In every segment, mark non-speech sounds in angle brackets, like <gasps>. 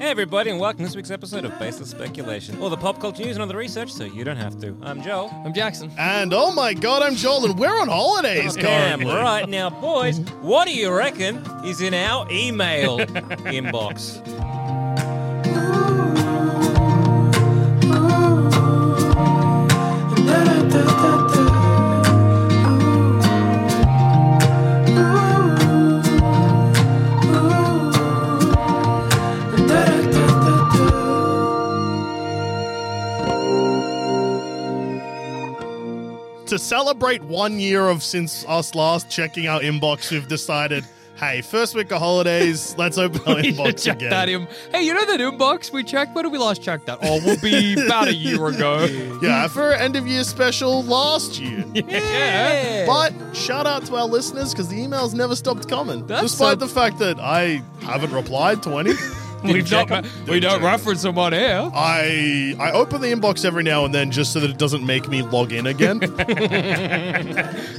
everybody, and welcome to this week's episode of Baseless Speculation. All the pop culture news and all the research, so you don't have to. I'm Joel. I'm Jackson. And oh my god, I'm Joel, and we're on holidays Oh, Damn currently. right now, boys, what do you reckon is in our <laughs> email inbox? To celebrate one year of since us last checking our inbox, we've decided, hey, first week <laughs> of holidays, let's open our We should inbox check again. that in. Hey, you know that inbox we checked? When did we last check that? Oh, we'll be about a year ago. <laughs> yeah, for our end of year special last year. yeah. But shout out to our listeners because the emails never stopped coming, That's despite a- the fact that I haven't replied <laughs> to any. We've check not, ma- we Didn't don't check 'em. reference them on air. I I open the inbox every now and then just so that it doesn't make me log <laughs> in again.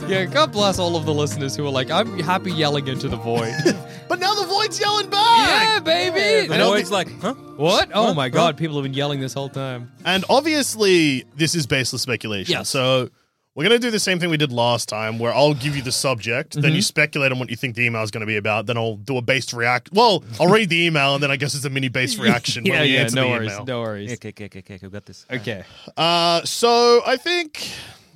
Yeah, God bless all of the listeners who are like, I'm happy yelling into the void. but now the void's yelling back. yeah, baby. The I don't boys like, huh? What? Oh Huh? my Huh? God, people have been yelling this whole time. And obviously, this is baseless speculation. Yes. So we're going to do the same thing we did last time, where I'll give you the subject, Mm-hmm. then you speculate on what you think the email is going to be about, then I'll do a based react. Well, I'll read the email, and then I guess it's a <laughs> mini based reaction. when yeah, we yeah, answer no the worries, email. no worries. Okay, okay, okay, okay, we got this. Okay. Uh, so I think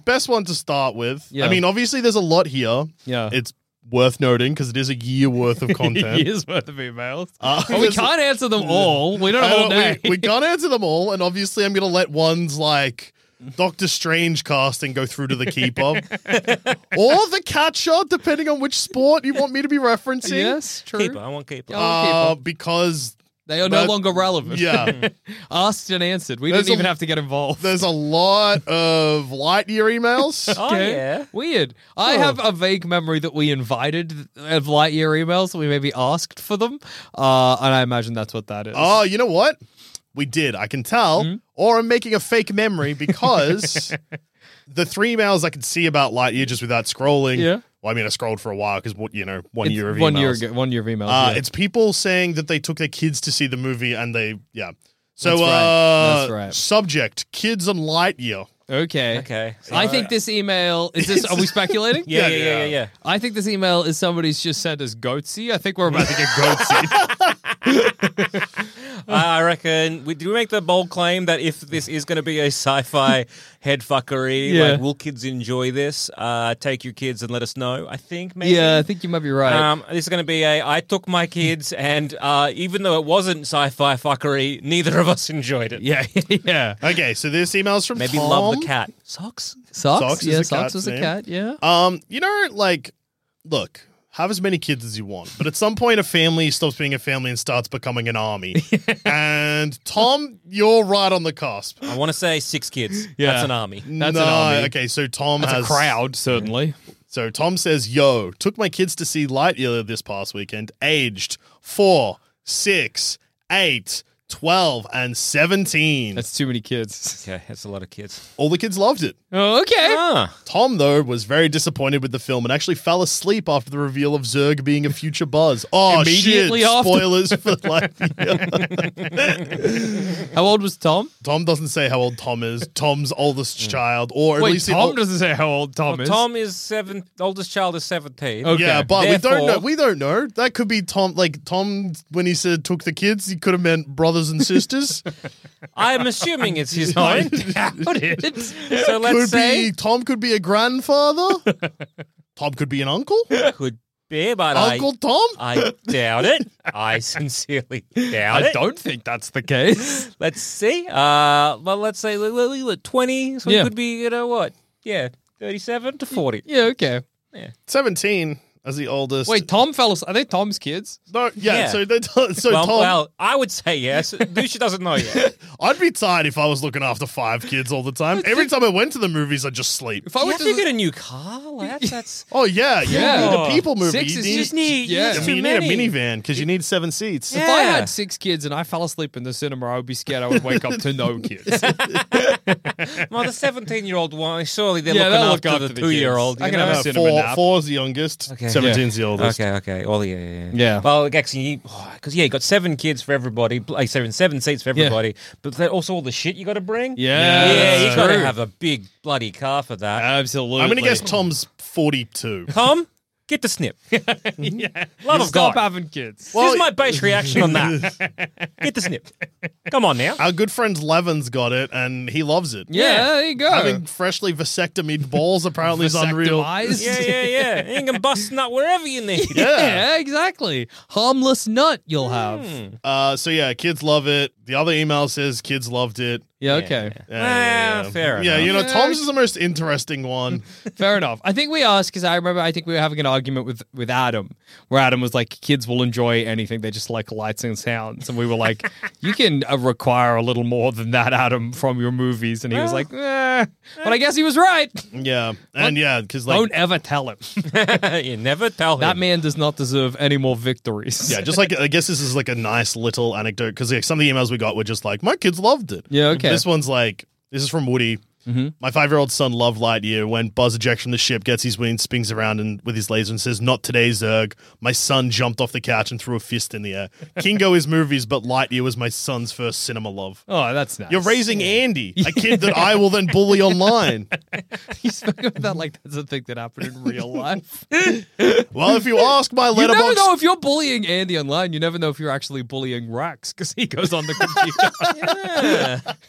best one to start with. Yeah. Uh. I mean, obviously, there's a lot here. Yeah. <laughs> It's worth noting because it is a year worth of content. Years worth of emails. Uh, Oh, we <laughs> there's- can't answer them all. We don't I have all don't- day. Uh, We, we can't <laughs> answer them all, and obviously, I'm going to let ones like Doctor Strange casting go through to the keeper, <laughs> or the catcher, depending on which sport you want me to be referencing. yes, true. Keeper, I want keeper. Yeah. Uh, keeper. because They are no But- longer relevant. yeah, <laughs> Asked and answered. We There's didn't even a- have to get involved. <laughs> there's a lot of Lightyear emails. Oh, yeah. Weird. I Oh. have a vague memory that we invited of Lightyear emails. We maybe asked for them. Uh, and I imagine that's what that is. Oh, you know what? We did. I can tell. Hmm? Or I'm making a fake <laughs> memory because the three emails I could see about Lightyear just without scrolling. Yeah. Well, I mean, I scrolled for a while because what you know, one It's year of one emails. year ago. One year of emails. Uh, yeah. It's people saying that they took their kids to see the movie and they, yeah. So, That's right. uh, That's right. subject kids and Lightyear. okay. Okay. I think this email is this. <laughs> Are we speculating? Yeah, yeah, Yeah, yeah, yeah, yeah. yeah. I think this email is somebody's just sent us goatsy. I think we're about to get goatsy. I reckon we do we make the bold claim that if this is going to be a <laughs> sci-fi head fuckery, Yeah. like will kids enjoy this? Uh, take your kids and let us know. I think <laughs> maybe. yeah, I think you might be right. Um, this is going to be a. I took my kids, and uh, even though it wasn't sci-fi fuckery, neither of us enjoyed it. yeah, <laughs> yeah. Okay, so this email's from Maybe Tom. love the cat socks. Socks. Socks is yeah, a socks cat's was a name. cat. Yeah. Um, you know, like, look, have as many kids as you want, but at some point, a family stops being a family and starts becoming an army. <laughs> and Tom, you're right on the cusp. I want to say six kids. Yeah. That's an army. That's an army. Okay, so Tom That's has a crowd, certainly. So Tom says, "Yo, took my kids to see Lightyear this past weekend. Aged four, six, eight, twelve, and seventeen. That's too many kids. <laughs> Okay, that's a lot of kids. All the kids loved it." Oh, okay. Ah, Tom, though, was very disappointed with the film and actually fell asleep after the reveal of Zurg being a future Buzz. <laughs> Oh, Immediately shit. after. <laughs> Spoilers for Lightyear. How old was Tom? Tom doesn't say how old Tom is. Tom's oldest child, or at Mm. Wait, least... he- Tom doesn't say how old Tom is. <laughs> Tom is seven. Oldest child is seventeen. Okay. Yeah, but we don't Therefore- know. We don't know. That could be Tom. Like Tom, when he said took the kids, he could have meant brothers <laughs> and sisters. I'm assuming it's his nine. <laughs> doubt it. So let's could say be Tom could be a grandfather. <laughs> Tom could be an uncle. could be, but Uncle Tom. I, I doubt it. I sincerely doubt I it. don't think that's the case. Let's see. Uh, well, let's say li- li- li- twenty. So Yeah. it could be, you know what? Yeah, thirty-seven to forty. <laughs> yeah, okay. Seventeen as the oldest. Wait, Tom fell asleep. Are they Tom's kids? no, yeah. yeah. So they, so well, Tom. well, I would <laughs> say yes. Dusha doesn't know yet. I'd be tired if I was looking after five kids all the time. Every time I went to the movies, I'd just sleep. If <laughs> I you went have to to the- get a new car. Lads. That's Oh yeah, you Yeah. need a people movie. Six you is need, just need. Yeah. I too mean, you need a minivan because you need seven seats. <laughs> Yeah. if I had six kids and I fell asleep in the cinema, I would be scared I would wake up to <laughs> no kids. Well, the seventeen-year-old one. Surely they're Yeah, they'll looking look after, after the the two-year-old. kids. I you can know? have a Uh, cinema four, nap. four's the youngest. Okay. Seventeen's the oldest. Okay, okay. Well, yeah, yeah, yeah. Yeah. Well, actually, because yeah, you got seven kids for everybody, like seven seven seats for Yeah. everybody, but then also all the shit you got to bring. Yeah, yeah, you that's got to true. have a big bloody car for that. Absolutely. I'm gonna guess Tom's forty-two. Tom, get the <laughs> snip. Love of Stop God. having kids. this is my base reaction on that. <laughs> Get the snip. Come on now. Our good friend Levin's got it, and he loves it. Yeah, there you go. Having freshly vasectomied balls apparently is unreal. Vasectomized. Yeah, yeah, yeah. You can bust nut wherever you need. <laughs> Yeah. Yeah, exactly. Harmless nut you'll have. Uh, so yeah, kids love it. The other email says kids loved it. Yeah, okay. Ah, fair Yeah, enough. you know, Yeah. Tom's is the most interesting one. <laughs> Fair enough. I think we asked because I remember I think we were having an argument with with Adam, where Adam was like, "Kids will enjoy anything; they just like lights and sounds." And we were like, "You can uh, require a little more than that, Adam, from your movies." And he was Well, like, eh. "But I guess he was right. Yeah, and yeah, because like Don't ever tell him. you never tell him. that man does not deserve any more victories." yeah, just like I guess this is like a nice little anecdote because like, some of the emails we got were just like my kids loved it. Yeah, okay. Mm-hmm. This one's like this is from Woody. My five-year-old son loved Lightyear. When Buzz ejects from the ship, gets his wings, spins around and with his laser and says, "Not today, Zurg." My son jumped off the couch and threw a fist in the air. Kingo is movies, but Lightyear was my son's first cinema love. <laughs> Oh, that's nice. You're raising Andy, <laughs> a kid that I will then bully online. You spoke about that like that's a thing that happened in real life. Well, if you ask my You never letterbox know if you're bullying Andy online. You never know if you're actually bullying Rax because he goes on the computer. <laughs>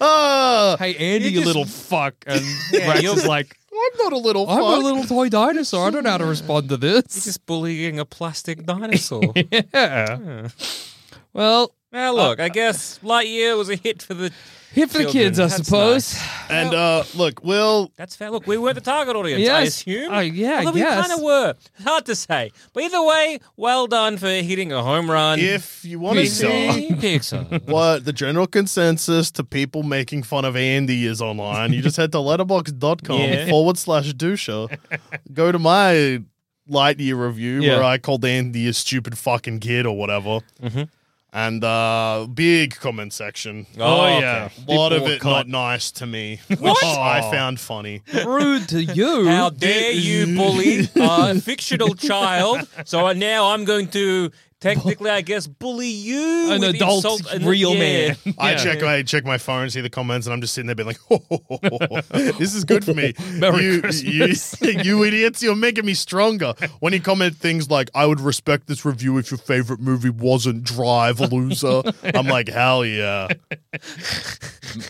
Ah, hey, Andy, you, just- little fuck. <laughs> And Yeah, Rax you're- is like, I'm not a <laughs> little I'm fuck. a little toy dinosaur. I don't know how to respond to this. just bullying a plastic dinosaur. <laughs> yeah. Well, Now look, I guess Lightyear was a hit for the. hit for the Children, kids, I that's suppose. <laughs> and uh, look, Will That's fair. Look, we were the target audience. I Yes. assume. Oh, yeah, Although yes. we kind of were. Hard to say. But either way, well done for hitting a home run. if you want to Disney see <laughs> Pixar. what the general consensus to people making fun of Andy is online, you just head to letterbox.com Yeah. forward slash doucher. Go to my Lightyear review where Yeah. I called Andy a stupid fucking kid or whatever. Mm-hmm. And uh, big comment section. Oh, Oh, yeah. a lot People of were it not cut. nice <laughs> to me, which I found funny. Rude to you. How dare you <laughs> bully a fictional child? So uh, now I'm going to technically, I guess, bully you. An with adult, insult and- real yeah. man. I Yeah. check I check my phone, see the comments, and I'm just sitting there being like, <laughs> "This is good for me." <laughs> Merry you, You, <laughs> you idiots! You're making me stronger. When you comment things like, "I would respect this review if your favorite movie wasn't Drive, <laughs> loser," I'm like, "Hell yeah!"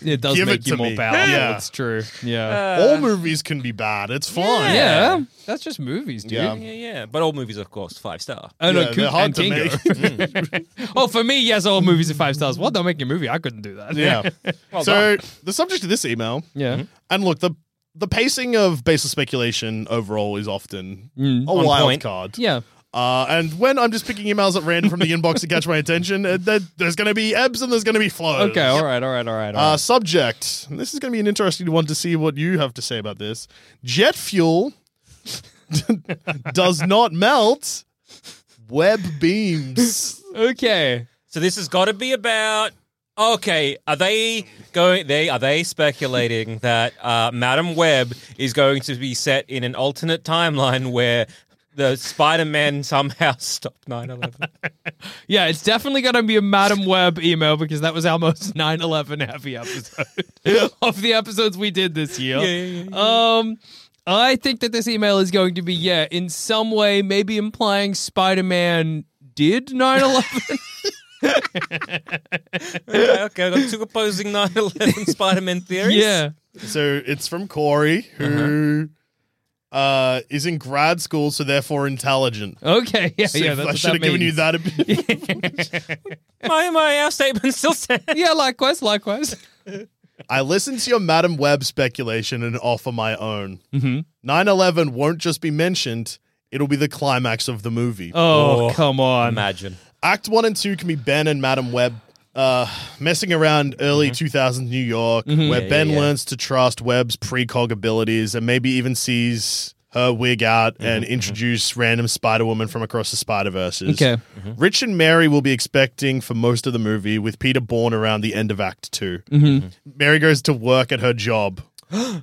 It does Give make it you to more me. powerful. Yeah. It's true. Yeah. All movies can be bad. It's fine. Uh, yeah. That's just movies, dude. <laughs> Yeah. Yeah, yeah. But all movies, of course, five star. Oh, no, Yeah, they're Coop hard and to Kingo. make. <laughs> oh, for me, yes, all movies are five stars. What? They'll make a movie. I couldn't do that. Yeah. Well so the subject of this email, <laughs> Yeah. and look the the pacing of baseless speculation overall is often Mm. a On wild point. card. Yeah. Uh, and when I'm just picking emails at random from the inbox to catch my attention, uh, there- there's going to be ebbs and there's going to be flows. Okay. All right. All right. All right. All Uh, right. subject. This is going to be an interesting one to see what you have to say about this. Jet fuel <laughs> does not melt web beams. okay. So this has got to be about. Okay, are they going? They are they speculating that uh, Madam Web is going to be set in an alternate timeline where the Spider-Man somehow <laughs> <laughs> stopped 9-11? Yeah. It's definitely going to be a Madam Web email because that was our most <laughs> 9 11 heavy episode <laughs> of the episodes we did this year. yeah, yeah, Um, I think that this email is going to be, yeah, in some way, maybe implying Spider Man did 9 11. <laughs> okay, okay, I've got two opposing 9-11 Spider-Man theories. yeah. So it's from Corey, who uh, is in grad school, so therefore intelligent. Okay. Uh-huh. Yeah. So yeah. if That's I what should have that given you means. that. A bit. my my our statement still stands. Yeah. Likewise. Likewise. I listen to your Madam Web speculation and offer my own. 9 11 won't just be mentioned, it'll be the climax of the movie. Oh, Oh, come on. Imagine. Act 1 and 2 can be Ben and Madam Web uh, messing around early 2000s New York, where Mm-hmm. Yeah, Ben yeah, yeah. learns to trust Web's precog abilities and maybe even sees her wig out Mm-hmm, and introduce random Spider Woman from across the Spider Verses. Okay. Rich and Mary will be expecting for most of the movie, with Peter Bourne around the end of Act Mm-hmm. Mm-hmm. <gasps> <laughs> 2. Mary goes to work at her job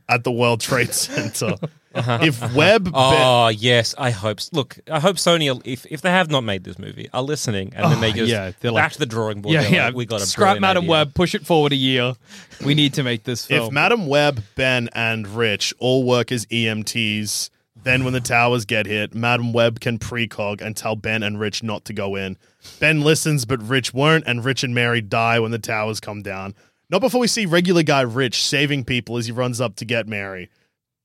at the World Trade Center. If Webb, bet- Uh-huh. Oh yes, I hope. s- Look, I hope Sony, if if they have not made this movie, are listening, and then they just Ah, yeah, they're like- back to the drawing board. yeah, They're yeah. like, we got a scrap brilliant Madam idea. Web, push it forward a year. We need to make this if film. Madam Webb, Ben, and Rich all work as EMTs, then when the towers get hit, Madam Webb can precog and tell Ben and Rich not to go in. Ben listens, but Rich won't, and Rich and Mary die when the towers come down. Not before we see regular guy Rich saving people as he runs up to get Mary.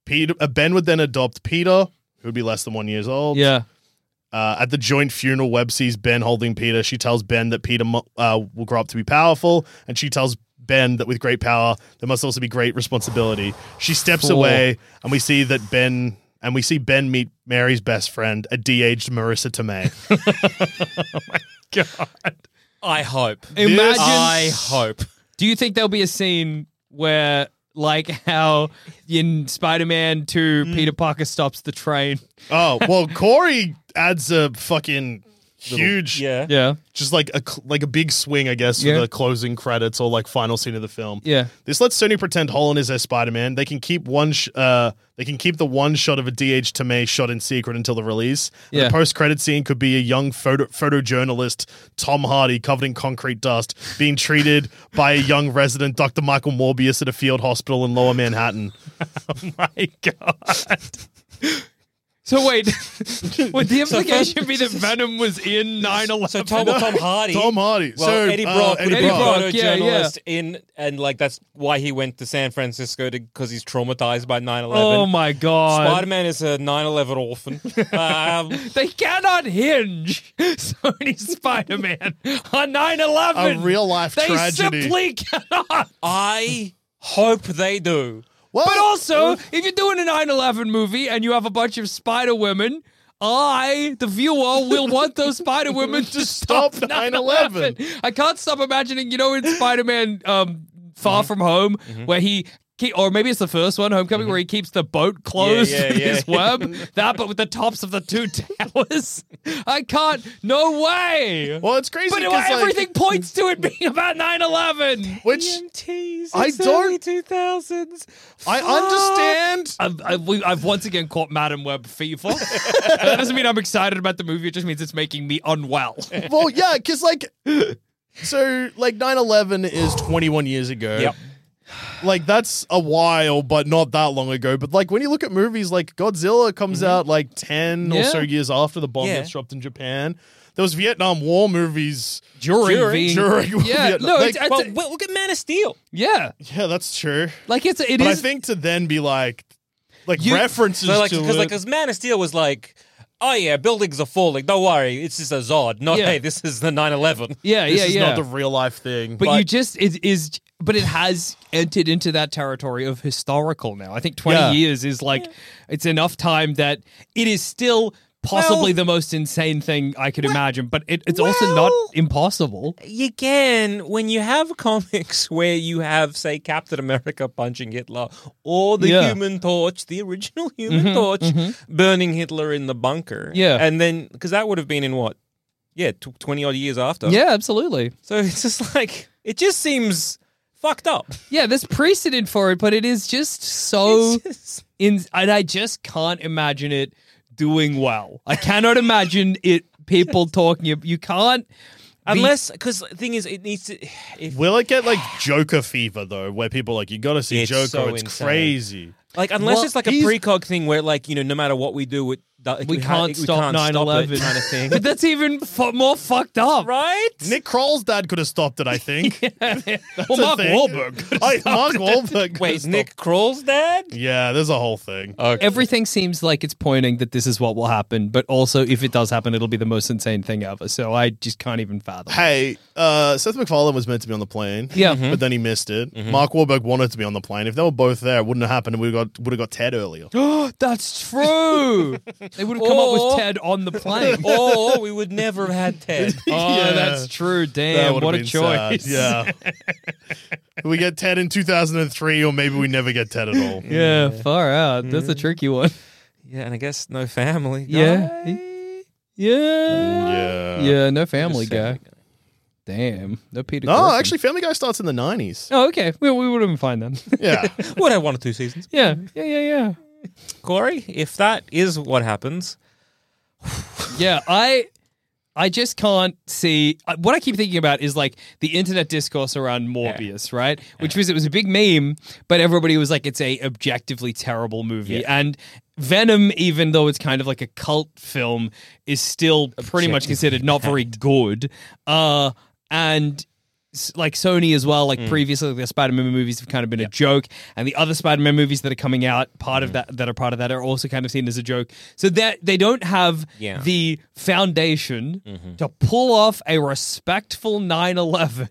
Peter, uh, ben would then adopt Peter, who would be less than one years old. yeah, Uh, at the joint funeral, Webb sees Ben holding Peter. She tells Ben that Peter mu- uh, will grow up to be powerful, and she tells Ben that with great power there must also be great responsibility. She steps Fool. away, and we see that Ben and we see Ben meet Mary's best friend, a de-aged <laughs> Marissa Tomei. I hope. Imagine- <laughs> I hope. Do you think there'll be a scene where, like, how in Spider Man 2, Hmm. Peter Parker stops the train? oh well, Corey adds a fucking huge, Yeah. just like a cl- like a big swing, I guess, for Yeah. the closing credits or like final scene of the film. Yeah. This lets Sony pretend Holland is their Spider-Man. They can keep one. Sh- uh, they can keep the one shot of a DH Tomei shot in secret until the release. And Yeah. The post-credit scene could be a young photo photojournalist Tom Hardy covered in concrete dust being treated <laughs> by a young resident Dr. Michael Morbius at a field hospital in Lower Manhattan. <laughs> My God. So, wait, <laughs> would the implication be that Venom was in 9 11? So Tom, Tom Hardy. Tom Hardy. Well, so Eddie uh, Brock would Eddie have been Brock. a Brock. Eddie Brock, yeah, yeah. journalist in, and like that's why he went to San Francisco because he's traumatized by 9-11. oh, my God. Spider-Man is a <laughs> 9-11 orphan. Um, they cannot hinge <laughs> Sony Spider Man on 9 11. A real-life they tragedy. simply cannot. I hope they do. Well, But also, <laughs> if you're doing a 9 11 movie and you have a bunch of spider women, I, the viewer, will want those spider women to stop <laughs> Stop 9 9/11. 11. I can't stop imagining, you know, in Spider Man um, Far From Home, where he. ke- Or maybe it's the first one, Homecoming, where he keeps the boat closed yeah, with yeah. his web. that, but with the tops of the two <laughs> towers. I can't. No way. well, it's crazy but because like, everything points to it being about 9 11. which EMTs. I it's don't- early 2000s. I understand. I've, I've, we- I've once again caught Madam Web fever. that doesn't mean I'm excited about the movie. It just means it's making me unwell. well, yeah, because like, so like 9-11 is 21 years ago. Yep. Like that's a while, but not that long ago. But like when you look at movies, like Godzilla comes out like 10 or Yeah. so years after the bomb Yeah. gets dropped in Japan. There was Vietnam War movies. During, During- being- during yeah, Vietnam- no, like- it's, it's, Well, well, look at Man of Steel. yeah, Yeah, that's true. like it's it But I is. think to then be like, like You- references So like, to because it. like, 'cause Man of Steel was like, oh yeah, buildings are falling. Don't worry, it's just a Zod. Not Yeah. hey, this is the 9/11. yeah, this yeah, is yeah. not the real life thing. but, you just it is, but it has entered into that territory of historical now. I think 20 Yeah. years is like it's enough time that it is still possibly the Well- most insane thing I could imagine, but it, it's also not well- impossible. you can when you have <laughs> comics where you have say Captain America punching Hitler or the Yeah. Mm-hmm, Human Torch, the original <laughs> Human Torch, burning Hitler in the bunker. Yeah. and then because that would have been in what, yeah, twenty odd years after. Yeah, absolutely. so <laughs> it's just like it just seems fucked up. Yeah, there's precedent for it, but it is just so It's just- in and I just can't imagine it doing well. I cannot imagine it people talking ab- you can't unless because the thing is, it needs to. If, Will it get like Joker fever though, where people are like you got to see It's Joker? so it's insane. crazy. Like unless Well, it's like a he's- precog thing where like you know no matter what we do it, do- we ha- can't stop it nine eleven kind <laughs> of thing but that's even fu- more fucked up. right Nick Kroll's dad could have stopped it, I think. <laughs> well, Mark thing. Wahlberg. I, Mark Wahlberg. could have Wait, stopped- Nick Kroll's dad? <laughs> Yeah, there's a whole thing. Okay. Everything seems like it's pointing that this is what will happen, but also if it does happen, it'll be the most insane thing ever. So I just can't even fathom. hey, uh, Seth MacFarlane was meant to be on the plane. Yeah. Mm-hmm. But then he missed it. Mark Wahlberg wanted to be on the plane. If they were both there, it wouldn't have happened. and We got would have got Ted earlier. <gasps> that's true. they would have come up Or- with Ted on the <laughs> plane. or we would never have had Ted. Oh, Yeah. that's true. That Damn, would have what a been choice. sad. <laughs> Yeah. we get Ted in 2003, or maybe we never get Ted at all. Yeah, far out. That's a tricky one. <laughs> <laughs> Yeah, and I guess no family. Yeah. guy. Yeah. Yeah. Yeah, no family Just Family guy. Damn. No Peter No, Griffin. actually, Family Guy starts in the 90s. <laughs> Oh, okay. We, we would have been fine then. <laughs> Yeah. Would have one or two seasons. yeah. Yeah, yeah, yeah. Corey, if that is what happens, yeah, I I just can't see I- what I keep thinking about is like the internet discourse around Morbius, right? Which was it was a big meme, but everybody was like it's a objectively terrible movie. And Venom even though it's kind of like a cult film is still pretty much considered not very good. Uh and s- like Sony as well, Mm. like previously the Spider-Man movies have kind of been a joke, and the other Spider-Man movies that are coming out, part Mm. of that that are part of that are also kind of seen as a joke. So that they don't have Yeah. Mm-hmm. the foundation to pull off a respectful 9/11,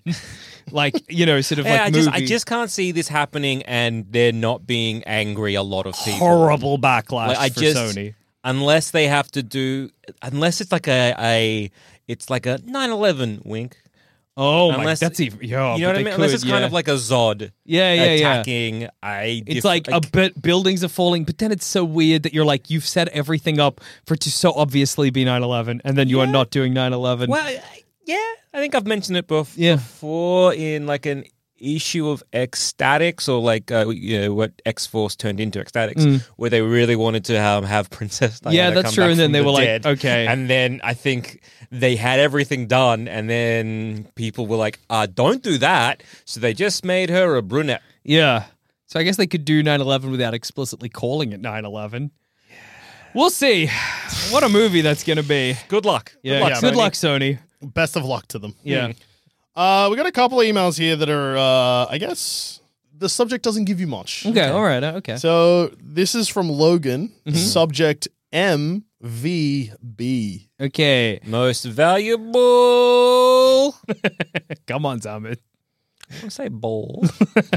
<laughs> like you know, sort of yeah, like I just I movie. just can't see this happening and there not being angry a lot of people. horrible backlash Like, I for just Sony. unless they have to do unless it's like a, a it's like a 9/11 wink. Oh Unless- my, that's even yeah, You know Oh, but what I they mean? unless could, it's kind yeah. of like a Zod yeah, yeah, yeah. attacking. I It's diff- like, a bit buildings are falling, but then it's so weird that you're like you've set everything up for it to so obviously be 9/11, and then you are not doing 9/11. well, I- yeah. I think I've mentioned it bef- Yeah. before in like an issue of Ecstatics or like uh, you know what X Force turned into Ecstatics, where they really wanted to um, have Princess Diana. Mm. Yeah, that's come true, back and then from they the were like, dead. okay. And then I think they had everything done, and then people were like, uh, "Don't do that." So they just made her a brunette. Yeah. So I guess they could do 9/11 without explicitly calling it 9/11. We'll see. What a movie that's going to be. Good luck. Yeah. luck, good Sony. luck, Sony. Best of luck to them. Yeah. Hmm. Uh, we got a couple of emails here that are, uh, I guess, the subject doesn't give you much. Okay, All right. uh, Okay. Mm-hmm. So this is from Logan, subject <laughs> MVB. okay. <laughs> Most valuable. Come on, Zamit. I say ball.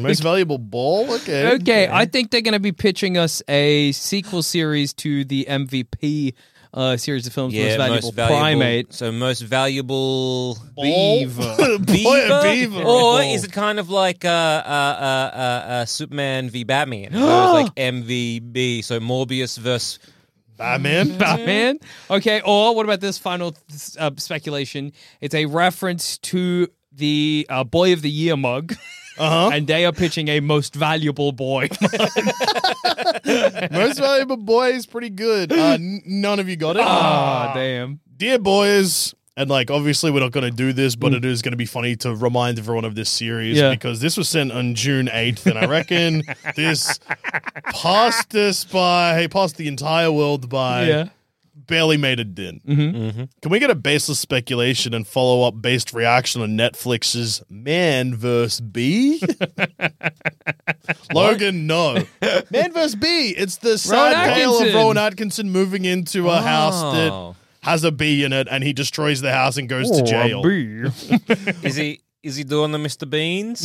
Most valuable ball? Okay. Okay. I think they're going to be pitching us a sequel series to the MVP uh, series of films, Most Valuable Primate. So most valuable Beaver. <laughs> Boy, beaver, a beaver. or is it kind of like uh, uh, uh, uh, uh, Superman v <gasps> Batman? It was like MVB, so Morbius versus Batman? <laughs> Batman. Okay. Or what about this final th- uh, speculation? It's a reference to the uh, Boy of the Year mug. Uh-huh. and they are pitching a most valuable boy. Most valuable boy is pretty good. Uh, n- none of you got it. Ah, damn. Dear boys, and like obviously we're not going to do this, but it is going to be funny to remind everyone of this series Mm. Yeah. because this was sent on June 8th, and <laughs> I reckon this passed us by, passed the entire world by, Yeah. barely made a dent. Mm-hmm. Mm-hmm. Can we get a baseless speculation and follow up based reaction on Netflix's Man <laughs> vs. Bee? Logan, no. Man vs. Bee. It's the sad tale of Atkinson. Rowan Atkinson moving into a house that Oh. has a bee in it and he destroys the house and goes Oh, to jail. Is he is he doing the Mr. Beans?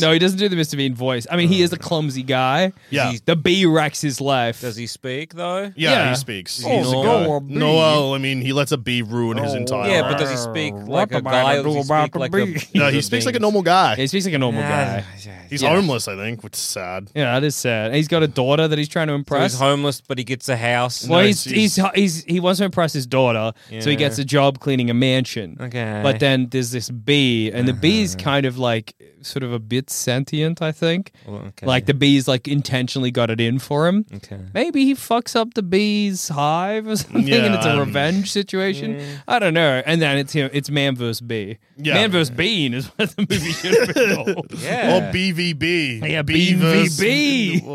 <laughs> No, he doesn't do the Mr. Bean voice. I mean, he is a clumsy guy. Yeah. The bee wrecks his life. Does he speak though? Yeah, Yeah. he speaks. Oh, He's a no, guy. a bee. No, well, I mean, he lets a bee ruin Oh. his entire Yeah, life. but does he speak What like a am I guy? to Or does do he about speak the like bee? a No, he Mr. speaks like a Bean? normal guy. Yeah, he speaks like a normal Ah, guy. yeah. He's yeah. homeless, I think, which <laughs> is sad. Yeah, that is sad. And he's got a daughter that he's trying to So impress. he's homeless, but he gets a house. well, No, he's, she's- he's, he's he wants to impress his daughter, so he Yeah. gets a job cleaning a mansion. Okay. But then there's this bee, and the bee's kind of like sort of a bit sentient, I think. okay. Like the bees like intentionally got it in for him. Okay. Maybe he fucks up the bees hive or <laughs> something, and it's Yeah, a um, revenge situation. I don't know. And then it's you know, it's man versus bee. Yeah. Man versus bean is <laughs> what the <laughs> movie should have been called. Yeah. Or BVB. Yeah, Bee versus- BVB. Whoa.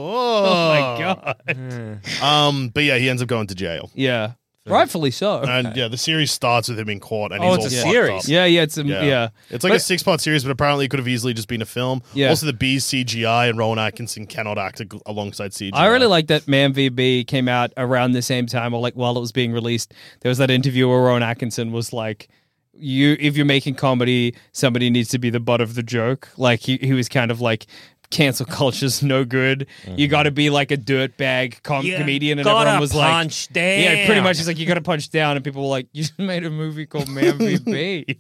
Oh my god. Um, but yeah, he ends up going to jail. Yeah, rightfully so. And yeah, the series starts with him in court, and Oh, he's it's all a fucked series. up. yeah, yeah. It's a, yeah. It's like a six part series, but apparently it could have easily just been a film. Yeah. Also, the B's CGI and Rowan Atkinson cannot act ag- alongside CGI. I really like that Man VB came out around the same time, or like while it was being released. There was that interview where Rowan Atkinson was like, "You, if you're making comedy, somebody needs to be the butt of the joke." Like he, he was kind of like, "Cancel culture's no good. You got to be like a dirtbag com- comedian," and everyone was like. punch down. Yeah, pretty much. He's like, you got to punch down, and people were like, "You <laughs> made a movie called Man VB.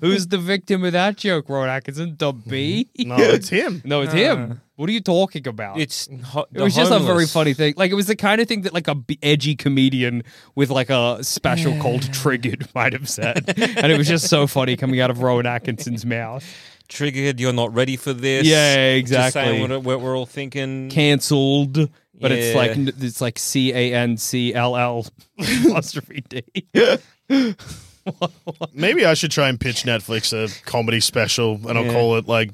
Who's the victim of that joke, Rowan Atkinson? The bee? No, it's him. <laughs> No, it's him. What are you talking about? It's ho- it was just a very funny thing. Like it was the kind of thing that like a b- edgy comedian with like a special <laughs> called triggered might have said, and it was just so funny coming out of Rowan Atkinson's mouth. triggered. You're not ready for this. Yeah, Just saying exactly. what, what we're all thinking. Cancelled, but it's Yeah. like it's like C A N C L L <laughs> apostrophe D. Maybe I should try and pitch Netflix a comedy special, and I'll Yeah. call it like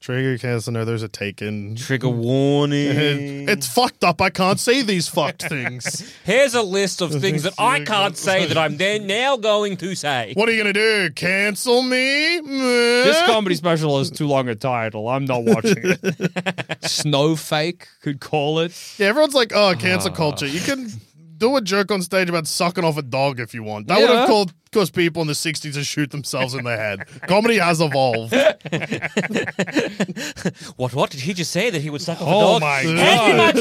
Trigger Cancel. There's a Taken. Trigger <laughs> warning. It's fucked up. I can't say these fucked things. Here's a list of things that I can't say that I'm then now going to say. What are you gonna do? Cancel me? This comedy special is too long a title. I'm not watching it. Snowfake could call it. Yeah, everyone's like, oh, cancel culture. You can do a joke on stage about sucking off a dog if you want. That would Yeah. have called caused people in the '60s to shoot themselves in the head. Comedy has evolved. What? What did he just say that he would suck off Oh a dog? my Hand me my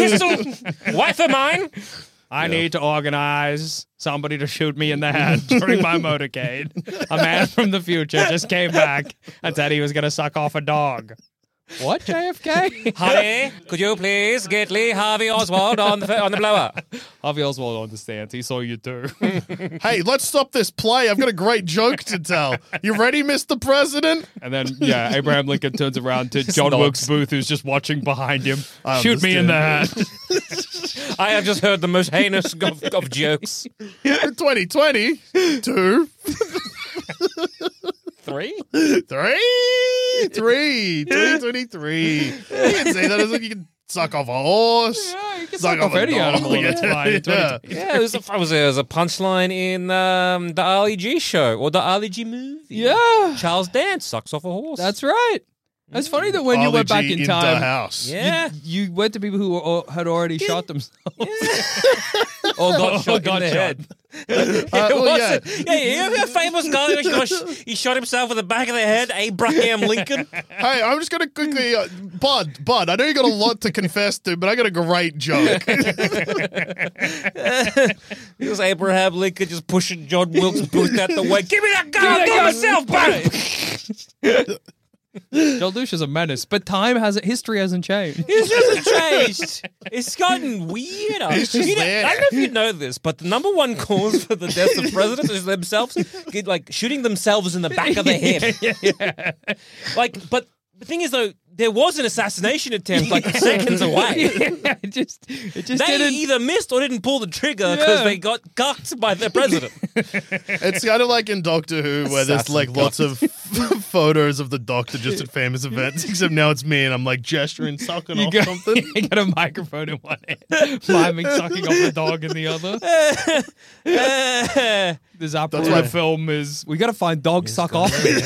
pistol, wife of mine. I need to organize somebody to shoot me in <laughs> the head during my motorcade. A man from the future just came back and said he was going to suck off a dog. What, <laughs> JFK? Honey, could you please get Lee Harvey Oswald on the on the blower? Harvey Oswald understands. He saw you too. hey, let's stop this play. I've got a great joke to tell. You ready, Mr. President? And then, yeah, Abraham Lincoln turns around <laughs> to John nods. Wilkes Booth, who's just watching behind him. I Shoot me in the head. I have just heard the most heinous of, of jokes. 2020, two, Three. three, three, 2023. You can say that as like you can suck off a horse. you can Suck suck off off a any dog. animal, it's fine. It's <laughs> Yeah. Yeah, it was a, it was a, it was a punchline in um, the Ali G show or the Ali G movie. <laughs> Yeah. Charles Dance sucks off a horse. That's right. It's funny that when you went back Ology in the time, house. yeah. you went to people who were, had already shot themselves. <laughs> Or got shot got in shot. the head. Uh, It well, was yeah. a- yeah, yeah, yeah, famous guy. who got sh- He shot himself in the back of the head. Abraham Lincoln. Hey, I'm just gonna quickly, uh, Bud. Bud, I know you got a lot to confess to, but I got a <laughs> great joke. It was Abraham Lincoln just pushing John Wilkes Booth out the way. Give me that gun. I'll that do it gun. myself, bang. John Lush is a menace, but time hasn't, history hasn't changed. It's just changed. It's gotten weirder. just You know- there. I don't know if you know this, but the number one cause for the deaths of presidents is themselves, get, like shooting themselves in the back of the head. Like, but the thing is, though, there was an assassination attempt like <laughs> seconds away. it just, it just They didn't. either missed or didn't pull the trigger because Yeah. they got cucked by the president. it's kind of like in Doctor Who, where there's Assassin like lots of <laughs> photos of the Doctor just at famous events. Except now it's me, and I'm like gesturing, sucking You off got, something. <laughs> you got a microphone in one hand, miming sucking off a dog in the other. Uh, This opera why- film is. We got to find dog suck off. me. <laughs>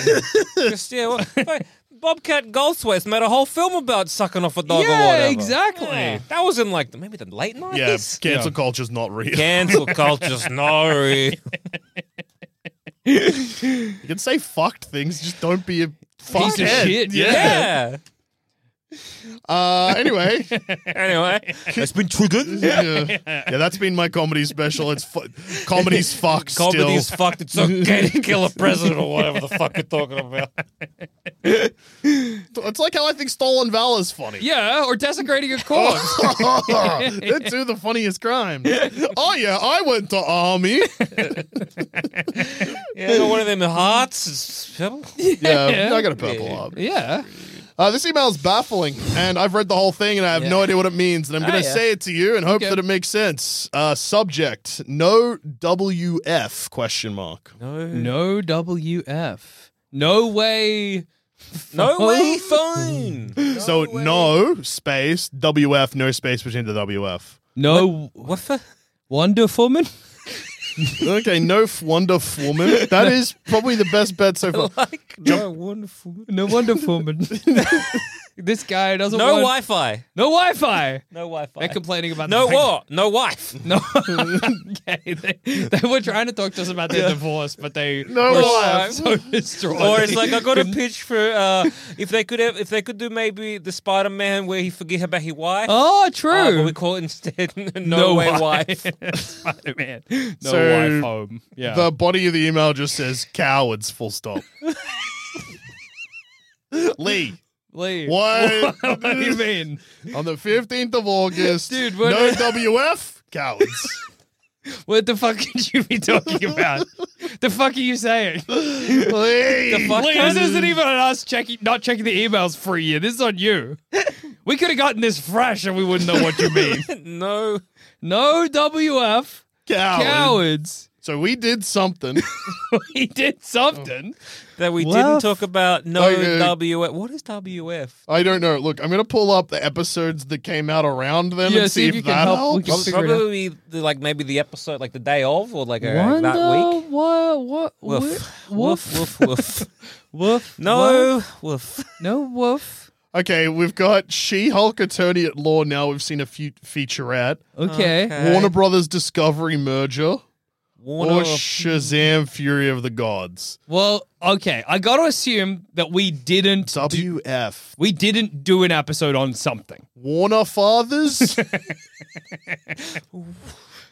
just, yeah, well, but Bobcat Goldthwait made a whole film about sucking off a dog or yeah, whatever. exactly. Yeah, that was in like the, maybe the late nineties. Yeah, cancel culture's not real. Cancel culture's no real. You can say fucked things, just don't be a fuckhead. of shit, Yeah. Uh, anyway, Anyway, it's <laughs> been triggered. yeah. Yeah, that's been my comedy special. It's fu- <laughs> comedy's fucked. Comedy's still. fucked. It's okay to kill a president or whatever the fuck you're talking about. It's like how I think stolen valor's funny. Yeah, or desecrating a Oh. <laughs> corpse. They're two of the funniest crimes. Oh yeah, I went to <laughs> army. Yeah, got one of them hearts. It's- Yeah, I got a purple arm. <laughs> yeah. Uh, this email is baffling, and I've read the whole thing, and I have no idea what it means. And I'm going to Oh, yeah. say it to you, and hope Okay. that it makes sense. Uh, subject: No WF? Question mark. No, No WF. No way. no way, fine. so no space WF, no space between <laughs> the WF. No What the? Wonderful Man. okay, no f- wonder woman. That is probably the best bet <laughs> so far. Like, no wonderful. No Wonderful <laughs> Man. <laughs> this guy doesn't No want Wi-Fi. no Wi-Fi. No Wi-Fi. They're complaining about no the fact- what? No wife. No, <laughs> okay. They, they were trying to talk to us about their divorce, but they No were <laughs> wife. so destroyed. Or it's like I <laughs> got a pitch for uh, if they could have, if they could do maybe the Spider Man where he forget about his wife. <laughs> oh, Uh, but true. we call it instead <laughs> no, way wife. <laughs> Spider Man. No So, wife home. Yeah. The body of the email just says cowards. Full stop. Lee, <laughs> Lee, <laughs> what? <laughs> what do you mean? On the 15th of August, Dude, no what- WF cowards. <laughs> What the fuck could you be talking about? the fuck are you <laughs> saying? Please. fuck? This isn't even on us checking, not checking the emails for you. This is on <laughs> you. We could have gotten this fresh and we wouldn't know what you <laughs> mean. <laughs> no. No WF Coward. cowards. <laughs> So we did something. He did something. Oh. That we Well, didn't talk about no okay. WF. What is WF? I don't know. Look, I'm gonna pull up the episodes that came out around then Yeah, and see see if if, you can that help. We helps. can Prob- figure it out. Probably the, like maybe the episode, like the day of, or like uh, that Wonder week. What? What? Woof, Woof. woof, woof, woof. Woof. <laughs> no, woof. No woof. Okay, we've got She-Hulk Attorney at Law. Now we've seen a few featurette. Okay. Okay. Warner Brothers Discovery merger or Oh, Warner. Shazam Fury of the Gods. Well, okay. I got to assume that we didn't do, WF we didn't do an episode on something. <laughs> Warner Fathers.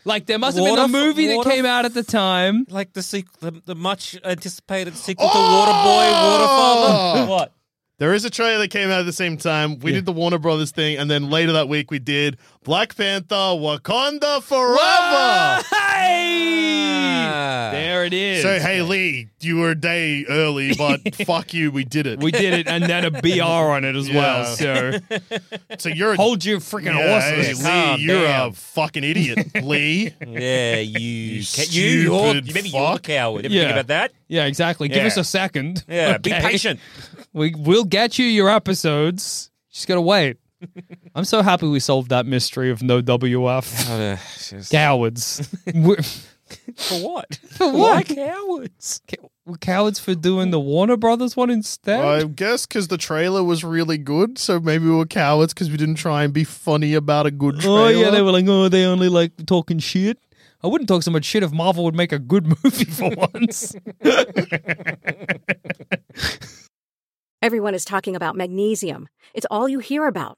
Like there must Water- have been a movie that water- came out at the time. like the, sequ- the the much anticipated sequel Oh! to Waterboy, Waterfather. What? there is a trailer that came out at the same time. We did the Warner Brothers thing, and then later that week we did Black Panther: Wakanda Forever. Hey! Ah. There it is. So hey Lee, you were a day early, <laughs> but fuck you, we did it. we did it, and then a BR on it as well. <laughs> Yeah. So so you're a hold your freaking Yeah, hey, horses. Lee, Calm you're down. a fucking <laughs> idiot, Lee. <laughs> Yeah, you, ca- stupid you, you're, maybe you're a fuck. coward. Ever Yeah. think about that? Yeah, exactly. Give Yeah. us a second. Yeah, be okay? <laughs> patient. We will get you your episodes. Just gotta wait. <laughs> I'm so happy we solved that mystery of no WF. <laughs> Cowards. We're, For what? For what? Why cowards? we're cowards for doing the Warner Brothers one instead. I guess because the trailer was really good, so maybe we were cowards because we didn't try and be funny about a good trailer. oh yeah, they were like, oh, they only like talking shit. I wouldn't talk so much shit if Marvel would make a good movie for once. <laughs> Everyone is talking about magnesium. It's all you hear about.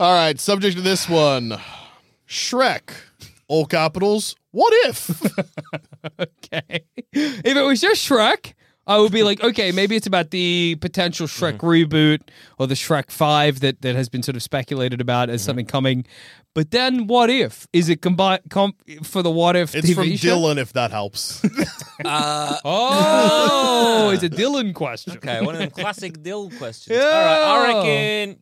All right, subject of this one Shrek, all capitals. What if? <laughs> okay. If it was just Shrek, I would be like, okay, maybe it's about the potential Shrek Mm-hmm. reboot or the Shrek 5 that, that has been sort of speculated about Mm-hmm. as something coming. But then what if? Is it combi- com- for the what if It's TV from show? Dylan, if that helps. Uh, Oh, <laughs> it's a Dylan question. Okay, one of them classic <laughs> Dill questions. Yeah. All right, I reckon